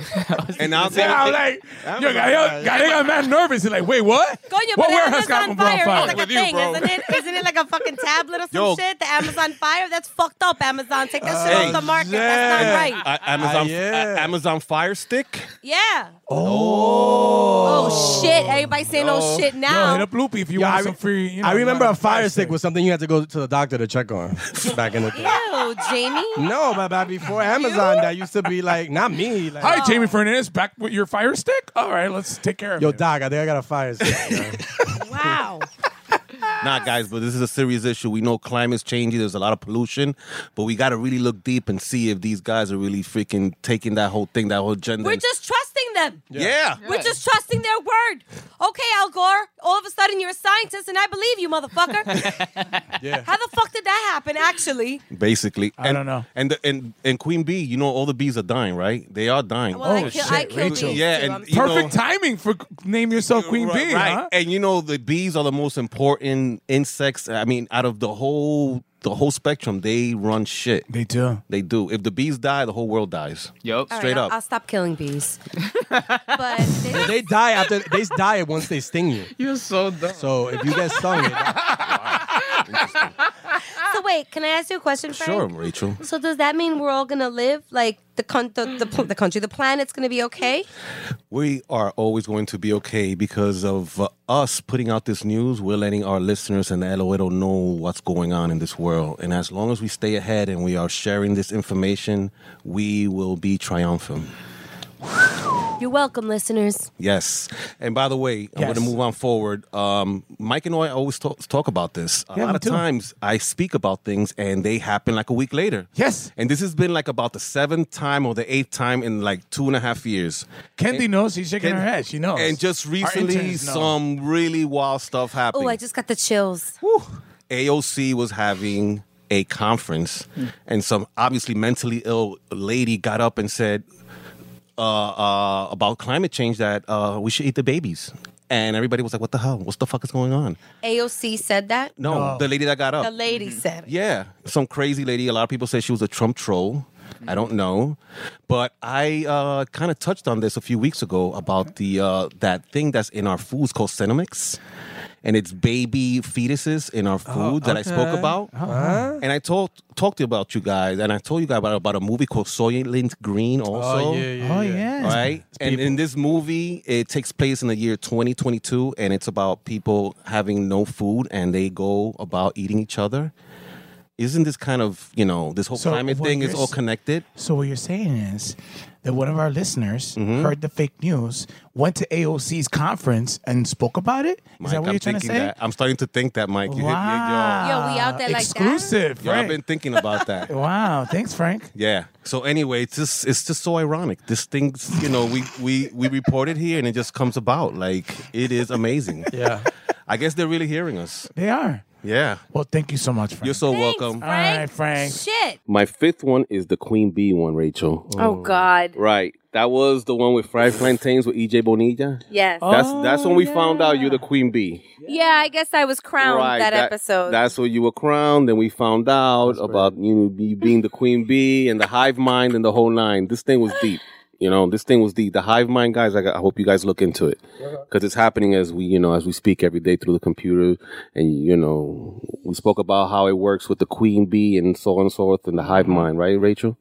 Speaker 5: and out
Speaker 3: Yeah, [laughs] I'm
Speaker 14: [laughs]
Speaker 3: like, yo, Gael, Gael got mad nervous. He's like, wait, what? what
Speaker 6: Coño, but
Speaker 3: warehouse got
Speaker 6: Amazon fire,
Speaker 3: been on fire?
Speaker 6: is like a thing, isn't it? Isn't it like a fucking tablet or some
Speaker 5: Yo.
Speaker 6: shit? The Amazon fire? That's fucked up, Amazon. Take that shit off the market. That's not right.
Speaker 5: A- Amazon, a- Amazon Fire Stick.
Speaker 6: Yeah. Oh. Oh shit. Everybody saying oh shit now.
Speaker 3: up Loopy if you
Speaker 14: want
Speaker 3: some free. You know,
Speaker 14: I remember a fire stick was something you had to go to the doctor to check
Speaker 3: [laughs]
Speaker 14: on back in the day.
Speaker 6: Ew, Jamie.
Speaker 14: No, but, but before Amazon,
Speaker 3: [laughs]
Speaker 14: that used to be like not me. Like,
Speaker 3: Hi, Jamie Fernandez, back with your fire stick. All right, let's take care of
Speaker 14: Yo,
Speaker 3: it.
Speaker 14: Doc, I think I got a fire
Speaker 3: [laughs]
Speaker 14: stick.
Speaker 5: [laughs]
Speaker 6: Wow.
Speaker 5: Nah, guys, but this is a serious issue. We know climate's changing. There's a lot of pollution, but we got to really look deep and see if these guys are really freaking taking that whole thing, that whole agenda.
Speaker 6: We're
Speaker 5: and
Speaker 6: just trusting them.
Speaker 5: Yeah.
Speaker 6: We're just trusting their word. Okay, Al Gore, all of a sudden you're a scientist and I believe you, motherfucker.
Speaker 5: [laughs] Yeah.
Speaker 6: How the fuck did that happen, actually?
Speaker 5: Basically, I and, don't know. And the, and and Queen Bee, you know, all the bees are dying, right? They are dying.
Speaker 6: Well, I Oh, kill- I shit, kill Rachel. bees,
Speaker 5: Yeah,
Speaker 6: too,
Speaker 5: and
Speaker 6: I'm
Speaker 5: you know-
Speaker 3: Perfect timing for name yourself Queen
Speaker 5: Right,
Speaker 3: Bee,
Speaker 5: right.
Speaker 3: huh?
Speaker 5: And you know the bees are the most important insects. I mean, out of the whole the whole spectrum, they run shit. They do. They do. If the bees die, the whole world dies. Yep.
Speaker 6: All right,
Speaker 5: Straight
Speaker 6: I'll-
Speaker 5: up.
Speaker 6: I'll stop killing [laughs] bees.
Speaker 5: [laughs]
Speaker 14: they die after they die once they sting you. You're so dumb. So if you get stung, it-
Speaker 6: so wait, can I ask you a question, Frank?
Speaker 5: Sure, Rachel.
Speaker 6: So does that mean we're all gonna live like the con- the, the, pl- the country, the planet's gonna be okay?
Speaker 5: We are always going to be okay because of uh, us putting out this news. We're letting our listeners and Eloedo know what's going on in this world. And as long as we stay ahead and we are sharing this information, we will be triumphant.
Speaker 6: You're welcome, listeners.
Speaker 5: Yes. And by the way, I'm
Speaker 6: Yes.
Speaker 5: going to move on forward. Um, Mike and I always talk, talk about this. A
Speaker 3: Yeah,
Speaker 5: lot
Speaker 3: me
Speaker 5: of
Speaker 3: too.
Speaker 5: times I speak about things and they happen like a week later. Yes. And this has been like about the seventh time or the eighth time in like two and a half years.
Speaker 3: Kendi knows. She's shaking
Speaker 5: Ken-
Speaker 3: her head. She knows.
Speaker 5: And just
Speaker 3: Our
Speaker 5: recently,
Speaker 3: interns know.
Speaker 5: some really wild stuff happened.
Speaker 6: Oh, I just got the chills.
Speaker 5: AOC was having a conference, and some obviously mentally ill lady got up and said uh, uh, about climate change that uh, we should eat the babies. And everybody was like, "What the hell? What's the fuck is going on?"
Speaker 6: AOC said that.
Speaker 5: No, the lady that got up.
Speaker 6: The lady said. it.
Speaker 5: Oh. Yeah, some crazy lady. A lot of people say she was a Trump troll. I don't know, but I uh, kind of touched on this a few weeks ago about the uh, that thing that's in our foods called Cinemix, and it's baby fetuses in our food that I spoke
Speaker 3: Oh, okay.
Speaker 5: about.
Speaker 3: Uh-huh.
Speaker 5: And I told talked to you about you guys, and I told you guys about, about a movie called Soylent Green. Also,
Speaker 3: yeah, yeah, Oh, yeah. yeah.
Speaker 5: right. And in this movie, it takes place in the year 2022, and it's about people having no food and they go about eating each other. Isn't this kind of you know this whole
Speaker 3: So
Speaker 5: climate
Speaker 3: what
Speaker 5: thing is
Speaker 3: you're
Speaker 5: all
Speaker 3: s-
Speaker 5: connected?
Speaker 3: So what you're saying is that one of our listeners
Speaker 14: Mm-hmm.
Speaker 3: heard the fake news, went to AOC's conference, and spoke about it. Is
Speaker 5: Mike,
Speaker 3: that what
Speaker 5: I'm
Speaker 3: you're trying to
Speaker 5: thinking
Speaker 3: say?
Speaker 5: that. I'm starting to think that, Mike. You hit-
Speaker 3: Wow.
Speaker 6: Yo, we out there like that?
Speaker 3: Exclusive,
Speaker 5: Yo, I've
Speaker 3: Frank.
Speaker 5: been thinking about that.
Speaker 3: [laughs] Wow. Thanks, Frank.
Speaker 5: Yeah. So anyway, it's just it's just so ironic. This thing's you know we we we report it here and it just comes about like it is amazing.
Speaker 3: [laughs] Yeah.
Speaker 5: I guess they're really hearing us.
Speaker 3: They are.
Speaker 5: Yeah.
Speaker 3: Well, thank you so much, Frank.
Speaker 5: You're so welcome.
Speaker 3: All right, Frank.
Speaker 6: Shit.
Speaker 13: My fifth one is the Queen Bee one, Rachel.
Speaker 6: Oh God.
Speaker 13: Right. That was the one with fried plantains with EJ Bonilla.
Speaker 6: Yes.
Speaker 13: That's that's when we
Speaker 3: Oh,
Speaker 13: found out you're the Queen Bee.
Speaker 5: Oh,
Speaker 6: Yeah, I guess I was crowned that, episode.
Speaker 13: That's when you were crowned. Then we found out about you know you being the queen bee and the hive mind and the whole nine. This thing was deep. You know, this thing was deep. The hive mind guys. I, got- I hope you guys look into it
Speaker 5: Uh-huh.
Speaker 13: because it's happening as we you know as we speak every day through the computer. And you know, we spoke about how it works with the queen bee and so on and so forth and the
Speaker 5: Uh-huh.
Speaker 13: hive mind, right, Rachel?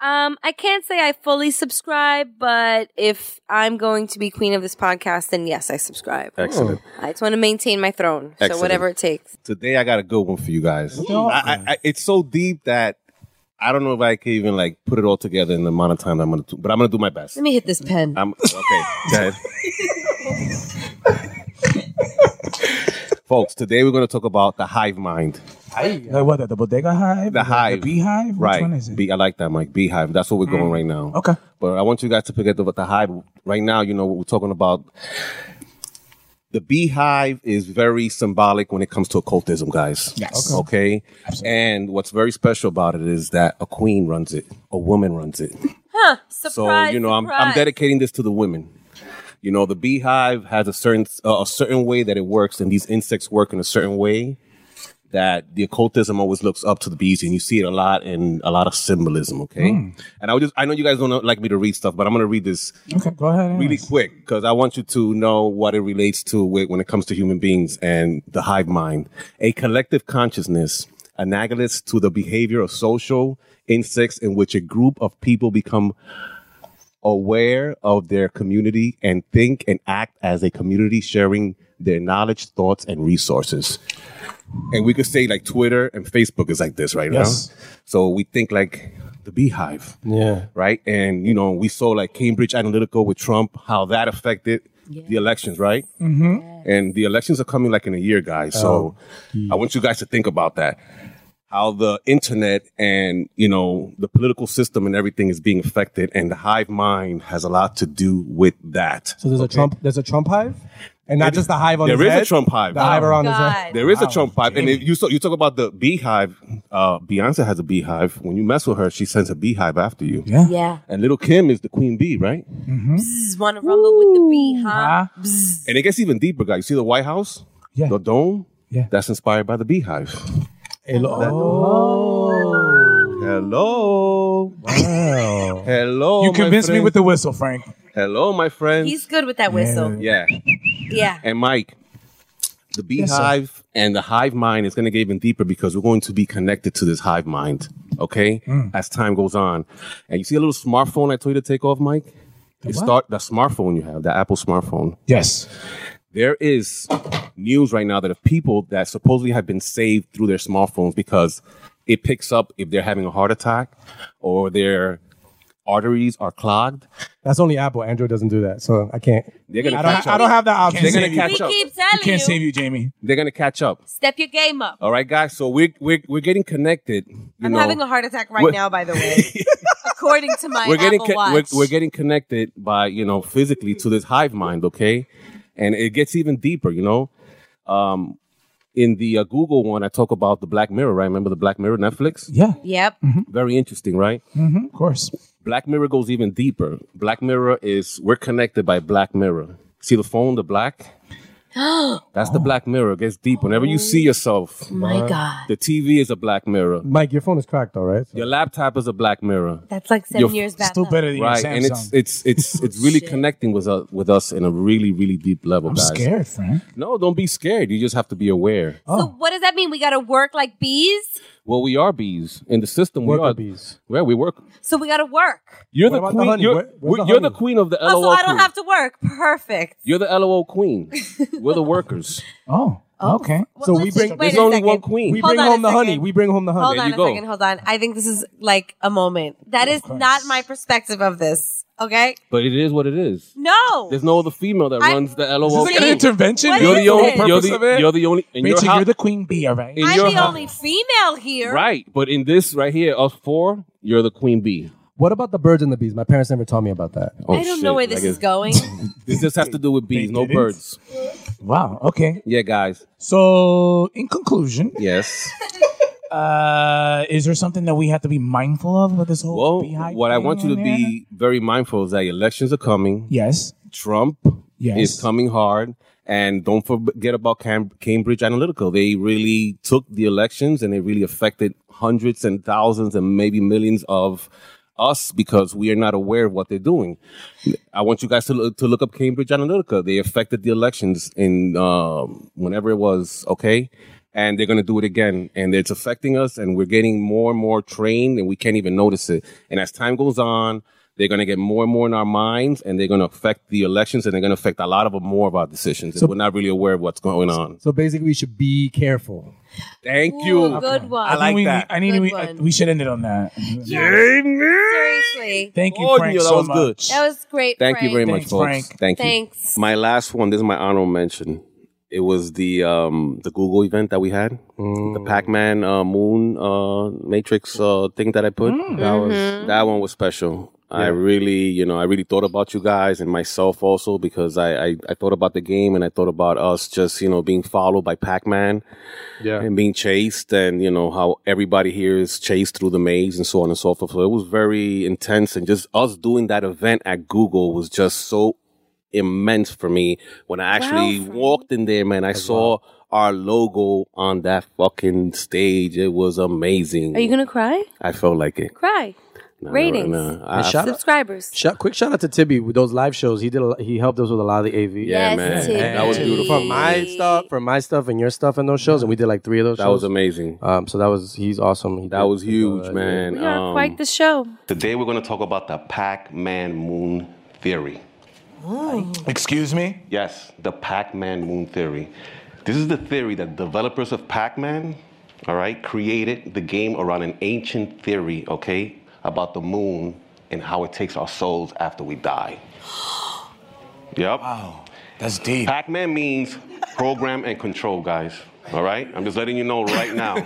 Speaker 6: Um, I can't say I fully subscribe, but if I'm going to be queen of this podcast, then yes, I subscribe.
Speaker 5: Oh. Excellent.
Speaker 6: I just want to maintain my throne, so
Speaker 5: Excellent.
Speaker 6: whatever it takes.
Speaker 5: Today I got a good one for you guys. I, I, I, it's so deep that I don't know if I can even like put it all together in the amount of time that I'm gonna do, but I'm gonna do my best.
Speaker 6: Let me hit this pen.
Speaker 5: I'm okay, guys. Folks, today we're gonna talk about the hive mind.
Speaker 3: Like what? The bodega hive?
Speaker 5: The hive.
Speaker 3: beehive? Which
Speaker 5: right.
Speaker 3: one is it? Mm.
Speaker 5: Bee, I like that, Mike. Beehive. That's what we're going right now. Okay. But I want you guys to pick up the, the hive. Right now, you know, what we're talking about. The beehive is very symbolic when it comes to occultism, guys. Yes. Okay. And what's very special about it is that a queen runs it, a woman runs it.
Speaker 6: Huh. Surprise.
Speaker 5: so, you know, I'm, I'm
Speaker 6: surprise.
Speaker 5: dedicating this to the women. You know, the beehive has a certain uh, a certain way that it works, and these insects work in a certain way that the occultism always looks up to the bees, and you see it a lot in a lot of symbolism. Okay, and I would just I know you guys don't like me to read stuff, but I'm gonna read this
Speaker 3: Okay, go ahead. anyways.
Speaker 5: really quick because I want you to know what it relates to wi- when it comes to human beings and the hive mind, a collective consciousness analogous to the behavior of social insects in which a group of people become aware of their community and think and act as a community sharing their knowledge, thoughts, and resources. And we could say like Twitter and Facebook is like this right
Speaker 3: Yes.
Speaker 5: now. So we think like the beehive. Yeah. Right? And you know, we saw like Cambridge Analytical with Trump, how that affected the elections, right?
Speaker 3: Mm-hmm.
Speaker 7: Oh.
Speaker 5: And the elections are coming like in a year, guys. So I want you guys to think about that. how the internet and you know the political system and everything is being affected, and the hive mind has a lot to do with that.
Speaker 7: So there's a Trump. There's a Trump hive, and not just the hive on
Speaker 5: There is
Speaker 7: his head.
Speaker 5: a Trump hive.
Speaker 7: The hive around his head.
Speaker 5: There is a Trump hive, and if you so, you talk about the beehive. Uh, Beyonce has a beehive. When you mess with her, she sends a beehive after you.
Speaker 7: Yeah.
Speaker 6: Yeah.
Speaker 5: And little Kim is the queen bee, right?
Speaker 6: Bzzz, wanna rumble with the bee, huh? Bzzz.
Speaker 5: And it gets even deeper, guys. You see the White House? Yeah. The dome? Yeah. That's inspired by the beehive. Hello. Hello. Wow. Hello.
Speaker 3: you
Speaker 5: my
Speaker 3: convinced me
Speaker 5: friend.
Speaker 3: with the whistle, Frank.
Speaker 5: Hello, my friend.
Speaker 6: He's good with that whistle.
Speaker 5: Yeah.
Speaker 6: Yeah.
Speaker 5: And Mike, the
Speaker 6: Yes, sir.
Speaker 5: beehive and the hive mind is going to get even deeper because we're going to be connected to this hive mind, okay?
Speaker 3: Mm.
Speaker 5: As time goes on. And you see a little smartphone I told you to take off, Mike?
Speaker 3: The
Speaker 5: It
Speaker 3: what?
Speaker 5: start the smartphone you have, the Apple smartphone. Yes. There is news right now that of people that supposedly have been saved through their smartphones because it picks up if they're having a heart attack or their arteries are clogged.
Speaker 7: That's only Apple. Android doesn't do that, so I can't.
Speaker 5: They're gonna
Speaker 7: I don't-
Speaker 5: catch
Speaker 7: I
Speaker 5: up.
Speaker 7: don't have that option.
Speaker 5: They're gonna
Speaker 7: We
Speaker 5: catch up.
Speaker 6: keep telling We can't you. save
Speaker 5: you, Jamie. They're gonna catch up.
Speaker 6: Step your game up.
Speaker 5: All right, guys. So we're we're, we're getting connected. You
Speaker 6: I'm
Speaker 5: know,
Speaker 6: having a heart attack right
Speaker 5: What-
Speaker 6: now, by the way.
Speaker 5: [laughs]
Speaker 6: According to my
Speaker 5: we're getting
Speaker 6: Apple
Speaker 5: co- we're,
Speaker 6: Watch.
Speaker 5: we're getting connected by you know physically to this hive mind. Okay, and it gets even deeper. You know, um, in the uh, Google one, I talk about the Black Mirror. Right? Remember the Black Mirror Netflix?
Speaker 3: Yeah.
Speaker 6: Yep.
Speaker 5: Very interesting, right?
Speaker 3: Mm-hmm. Of course.
Speaker 5: Black Mirror goes even deeper. Black Mirror is we're connected by Black Mirror. See the phone, the black.
Speaker 6: [gasps]
Speaker 5: That's the black mirror. It gets deep. Whenever you
Speaker 6: Oh.
Speaker 5: see yourself,
Speaker 7: My Wow. God.
Speaker 5: the TV is a black mirror.
Speaker 7: Mike, your phone is cracked though, right?
Speaker 5: Your laptop is a black mirror.
Speaker 6: That's like seven
Speaker 5: Your-
Speaker 6: years back.
Speaker 3: Still better than your
Speaker 5: right, and it's it's it's
Speaker 6: [laughs]
Speaker 5: it's really
Speaker 6: Shit.
Speaker 5: connecting with us with us in a really really deep level,
Speaker 3: I'm
Speaker 5: guys.
Speaker 3: scared, Frank.
Speaker 5: No, don't be scared. You just have to be aware.
Speaker 6: So what does that mean? We gotta work like bees?
Speaker 5: Well, we are bees in the system. we are bees. Where we work.
Speaker 6: So we gotta work.
Speaker 5: You're
Speaker 6: What
Speaker 5: the
Speaker 6: about the
Speaker 5: queen.
Speaker 6: honey?
Speaker 5: you're
Speaker 6: Where-
Speaker 5: we're- you're the queen of the LOL.
Speaker 6: Oh, so I don't
Speaker 5: crew.
Speaker 6: have to work. Perfect.
Speaker 5: You're the LOL queen. We're the
Speaker 6: [laughs]
Speaker 5: workers.
Speaker 7: Oh. Okay. so we
Speaker 6: let's
Speaker 7: bring.
Speaker 6: just- wait There's a only second. one
Speaker 5: queen.
Speaker 7: We
Speaker 6: Hold
Speaker 7: bring
Speaker 6: on a
Speaker 7: home the honey.
Speaker 6: second.
Speaker 7: We bring home the honey.
Speaker 12: Oh,
Speaker 6: Hold on a second, hold on. I think this is like a moment. That is not my perspective of this. Okay?
Speaker 5: But it is what it is.
Speaker 6: No.
Speaker 5: There's no other female that
Speaker 6: I-
Speaker 5: runs the LOL.
Speaker 6: Is this like an
Speaker 5: crew.
Speaker 6: intervention? What
Speaker 5: You're
Speaker 6: is
Speaker 5: the only.
Speaker 6: it?
Speaker 5: You're
Speaker 6: Purpose of
Speaker 5: the.
Speaker 6: it?
Speaker 5: You're the only. in your
Speaker 3: Bitch,
Speaker 5: house-
Speaker 3: you're the queen bee, all right?
Speaker 5: in
Speaker 6: I'm
Speaker 5: your
Speaker 6: the
Speaker 5: house-
Speaker 6: only female here.
Speaker 5: Right, but in this right here, us four, you're the queen bee. Oh,
Speaker 12: What about the birds and the bees? My parents never taught me about that.
Speaker 6: I don't know where this is going.
Speaker 5: This just has to do with bees, no birds.
Speaker 3: Wow. Okay.
Speaker 5: Yeah, guys.
Speaker 3: So, in conclusion, [laughs]
Speaker 5: Yes.
Speaker 3: uh, is there something that we have to be mindful of with this whole
Speaker 5: Well,
Speaker 3: beehive
Speaker 5: what I
Speaker 3: thing
Speaker 5: want you to
Speaker 3: on there?
Speaker 5: be very mindful is that elections are coming.
Speaker 3: Yes.
Speaker 5: Trump
Speaker 3: Yes.
Speaker 5: is coming hard. And don't forget about Cam- Cambridge Analytical. They really took the elections and they really affected hundreds and thousands and maybe millions of us because we are not aware of what they're doing. I want you guys to look, to look up Cambridge Analytica. They affected the elections in um whenever it was, okay? And they're going to do it again. And it's affecting us, and we're getting more and more trained, and we can't even notice it. And as time goes on, they're going to get more and more in our minds, and they're going to affect the elections, and they're going to affect a lot of more of our decisions. and we're not really aware of what's going on.
Speaker 12: So basically, we should be careful.
Speaker 5: Thank you.
Speaker 6: Good one.
Speaker 3: I like
Speaker 5: we-
Speaker 3: that. I need
Speaker 6: Good
Speaker 3: we, uh,
Speaker 6: one.
Speaker 3: we should end it on that.
Speaker 6: Seriously.
Speaker 3: Thank you,
Speaker 5: Oh,
Speaker 3: Frank,
Speaker 5: Neil, that
Speaker 3: so
Speaker 5: was
Speaker 3: much.
Speaker 5: good.
Speaker 6: That was great.
Speaker 5: Thank
Speaker 6: Frank.
Speaker 5: you very much, folks. Thank you.
Speaker 6: Thanks.
Speaker 13: My last one. This is my honorable mention. It was the um the Google event that we had, the Pac-Man uh, Moon uh, Matrix uh, thing that I put. That was that one was special. I really, you know, I really thought about you guys and myself also because I, I I thought about the game and I thought about us just you know being followed by Pac-Man,
Speaker 12: Yeah.
Speaker 13: and being chased and you know how everybody here is chased through the maze and so on and so forth so it was very intense and just us doing that event at google was just so immense for me when i actually walked in there man i saw our logo on that fucking stage it was amazing
Speaker 6: Are you gonna cry?
Speaker 13: i felt like it
Speaker 6: Cry.
Speaker 13: No,
Speaker 6: Ratings.
Speaker 13: no, I-
Speaker 12: And shout out-
Speaker 6: Subscribers.
Speaker 12: Shout, quick shout out to Tibby with those live shows. He did. A, he helped us with a lot of the AV.
Speaker 13: Yeah, Yes, man. Tibby. That was beautiful.
Speaker 12: From my stuff, from my stuff, and your stuff, and those shows, and we did like three of those.
Speaker 13: that
Speaker 12: shows.
Speaker 13: was amazing
Speaker 12: Um, so that was he's awesome. He
Speaker 13: that was huge man
Speaker 6: We are
Speaker 13: Um,
Speaker 6: quite the show.
Speaker 13: today we're going to talk about the pac-man moon theory
Speaker 3: Excuse me?
Speaker 13: Yes, the Pac Man moon theory. This is the theory that developers of Pac Man, all right, created the game around an ancient theory, okay, about the moon and how it takes our souls after we die. Yep. Wow,
Speaker 3: that's deep.
Speaker 13: Pac Man
Speaker 3: [laughs]
Speaker 13: means program and control, guys, all right? I'm just letting you know right now.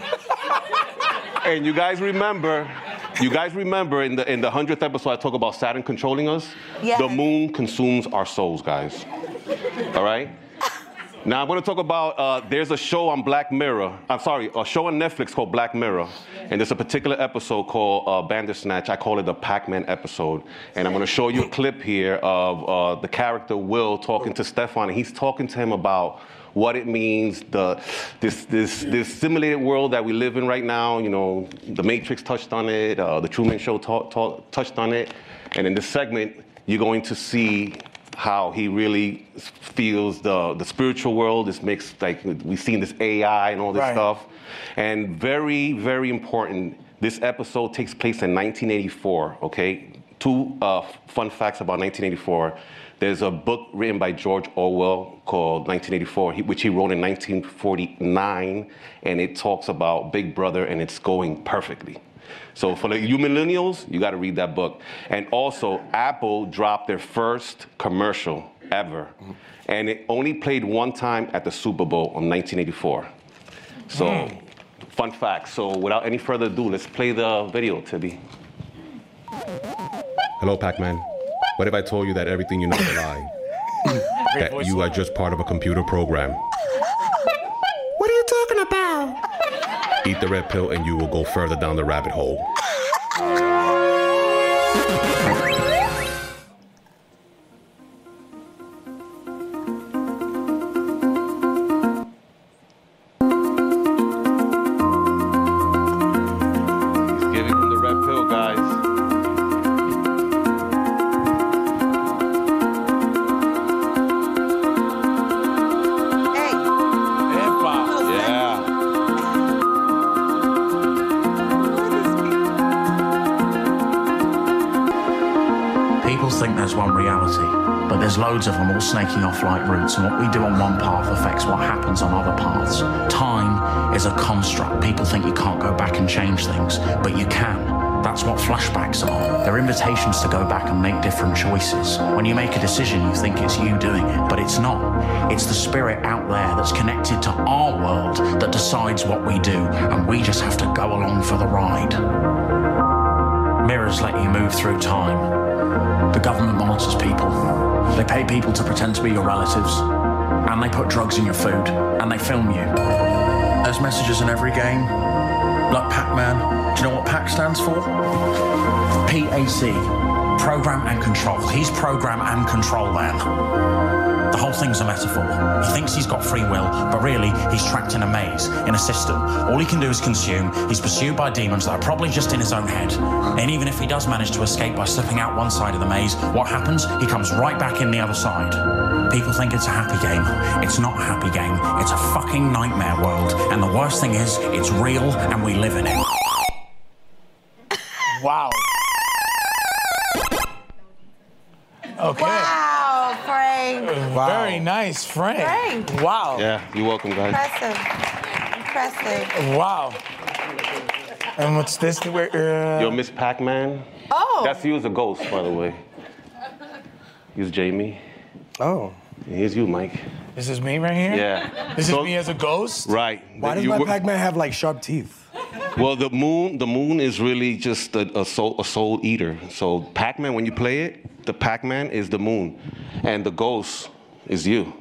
Speaker 5: and you guys remember, you guys remember in the in the hundredth episode I talk about Saturn controlling us.
Speaker 17: Yes.
Speaker 5: The moon consumes our souls, guys. All right. Now I'm going to talk about. Uh, there's a show on Black Mirror. I'm sorry, a show on Netflix called Black Mirror, and there's a particular episode called uh, Bandersnatch. I call it the Pac-Man episode, and I'm going to show you a clip here of uh, the character Will talking to Stefan, and he's talking to him about what it means the this this this simulated world that we live in right now. You know, The Matrix touched on it, uh, The Truman Show ta- ta- touched on it, and in this segment, you're going to see how he really feels the the spiritual world. This makes like we've seen this AI and all this
Speaker 3: Right.
Speaker 5: stuff, and very very important. This episode takes place in 1984. Okay, two uh, fun facts about 1984. There's a book written by George Orwell called 1984, he- which he wrote in 1949, and it talks about Big Brother, and it's going perfectly. So for like you millennials, you got to read that book. And also, Apple dropped their first commercial ever, and it only played one time at the Super Bowl in 1984. So,
Speaker 18: Mm.
Speaker 5: fun fact. So without any further ado, let's play the video, Tibby.
Speaker 19: Hello, Pac-Man. What if I told you that everything you know is a lie? that you are just part of a computer program.
Speaker 20: What are you talking about?
Speaker 19: Eat the red pill and you will go further down the rabbit hole.
Speaker 5: He's giving him the red pill, guys. Yeah.
Speaker 8: People think there's one reality, but there's loads of them all snaking off like roots, and what we do on one path affects what happens on other paths. Time is a construct. People think you can't go back and change things, but you can. That's what flashbacks are. They're invitations to go back and make different choices. When you make a decision, you think it's you doing it, but it's not. It's the spirit out there that's connected to our world that decides what we do, and we just have to go along for the ride. Mirrors let you move through time. The government monitors people. They pay people to pretend to be your relatives. And they put drugs in your food. And they film you. There's messages in every game. Like Pac Man. Do you know what PAC stands for? PAC. Program and Control. He's Program and Control Man. The whole thing's a metaphor. He thinks he's got free will, but really, he's trapped in a maze, in a system. All he can do is consume. He's pursued by demons that are probably just in his own head. And even if he does manage to escape by slipping out one side of the maze, what happens? He comes right back in the other side. People think it's a happy game. It's not a happy game. It's a fucking nightmare world. And the worst thing is, it's real and we live in it.
Speaker 21: Wow.
Speaker 8: Okay.
Speaker 6: Wow, Frank.
Speaker 21: Very nice, Frank.
Speaker 6: Frank.
Speaker 21: Wow.
Speaker 5: Yeah, you're welcome, guys.
Speaker 6: Impressive. Impressive.
Speaker 21: Wow. And what's this? Where, uh,
Speaker 5: Yo, Miss Pac-Man.
Speaker 6: Oh.
Speaker 5: That's you as a ghost, by the way. He's Jamie.
Speaker 22: Oh.
Speaker 5: Here's you, Mike.
Speaker 21: This is me right here?
Speaker 5: Yeah.
Speaker 21: This is
Speaker 5: So-
Speaker 21: me as a ghost?
Speaker 5: Right.
Speaker 3: Why does
Speaker 5: You
Speaker 3: my
Speaker 5: were-
Speaker 3: Pac-Man have like sharp teeth?
Speaker 5: Well, the moon, the moon is really just a, a soul, a soul eater. So Pac-Man, when you play it, the Pac-Man is the moon, and the ghost is you.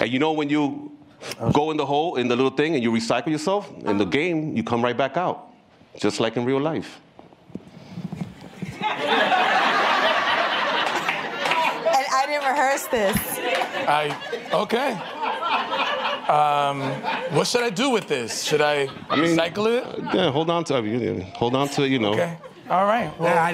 Speaker 5: And you know when you go in the hole in the little thing and you recycle yourself in the game, you come right back out, just like in real life.
Speaker 6: And I didn't rehearse this.
Speaker 21: I, okay. Um, what should I do with this? Should I, recycle it?
Speaker 5: Yeah, hold on to it. Hold on to it. You know.
Speaker 21: Okay. All right. Well,
Speaker 2: [laughs]
Speaker 3: I,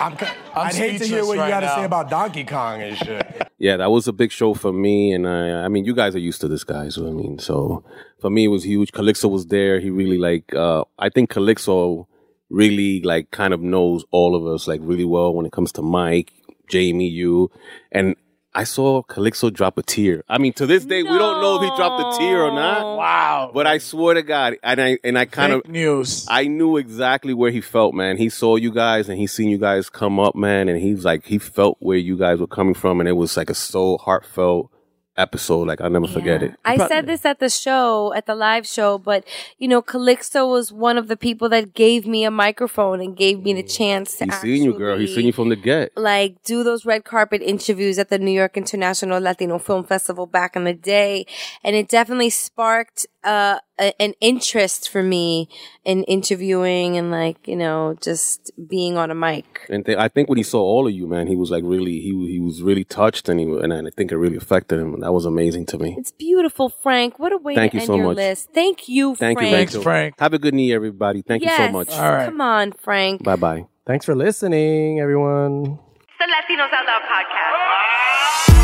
Speaker 3: am
Speaker 21: I'm
Speaker 3: I'd hate to hear
Speaker 21: speechless
Speaker 3: what
Speaker 21: right
Speaker 3: you got to
Speaker 21: now.
Speaker 3: say about Donkey Kong and shit.
Speaker 23: yeah, that was a big show for me, and I, I mean, you guys are used to this guy, so I mean, so for me, it was huge. Calixto was there. He really like, uh, I think Calixto really like kind of knows all of us like really well when it comes to Mike, Jamie, you, and I saw Calixto drop a tear. I mean, to this day, we don't know if he dropped a tear or not.
Speaker 21: Wow!
Speaker 23: But I swear to God, and I and I kind of
Speaker 21: news.
Speaker 23: I knew exactly where he felt, man. He saw you guys and he seen you guys come up, man, and he's like he felt where you guys were coming from, and it was like a so heartfelt
Speaker 5: episode. Like I'll never forget it.
Speaker 6: I said this at the show, at the live show, but you know, Calixto was one of the people that gave me a microphone and gave me the chance to
Speaker 5: He's seen you, girl. He's seen you from the get.
Speaker 6: like do those red carpet interviews at the New York International Latino Film Festival back in the day, and it definitely sparked uh, a- an interest for me in interviewing and like you know just being on a mic.
Speaker 5: And th- I think when he saw all of you, man, he was like really, he he was really touched, and he and I think it really affected him. And that was amazing to me.
Speaker 6: It's beautiful, Frank. What a way
Speaker 5: Thank
Speaker 6: to
Speaker 5: you
Speaker 6: end
Speaker 5: so
Speaker 6: your
Speaker 5: much.
Speaker 6: list. Thank you,
Speaker 5: Thank
Speaker 6: Frank.
Speaker 5: you, Rachel. Have a good year, everybody. Thank you so
Speaker 6: Yes.
Speaker 5: much.
Speaker 6: Come on, Frank.
Speaker 5: Bye bye.
Speaker 3: Thanks for listening, everyone.
Speaker 24: It's the Latinos Out Loud podcast.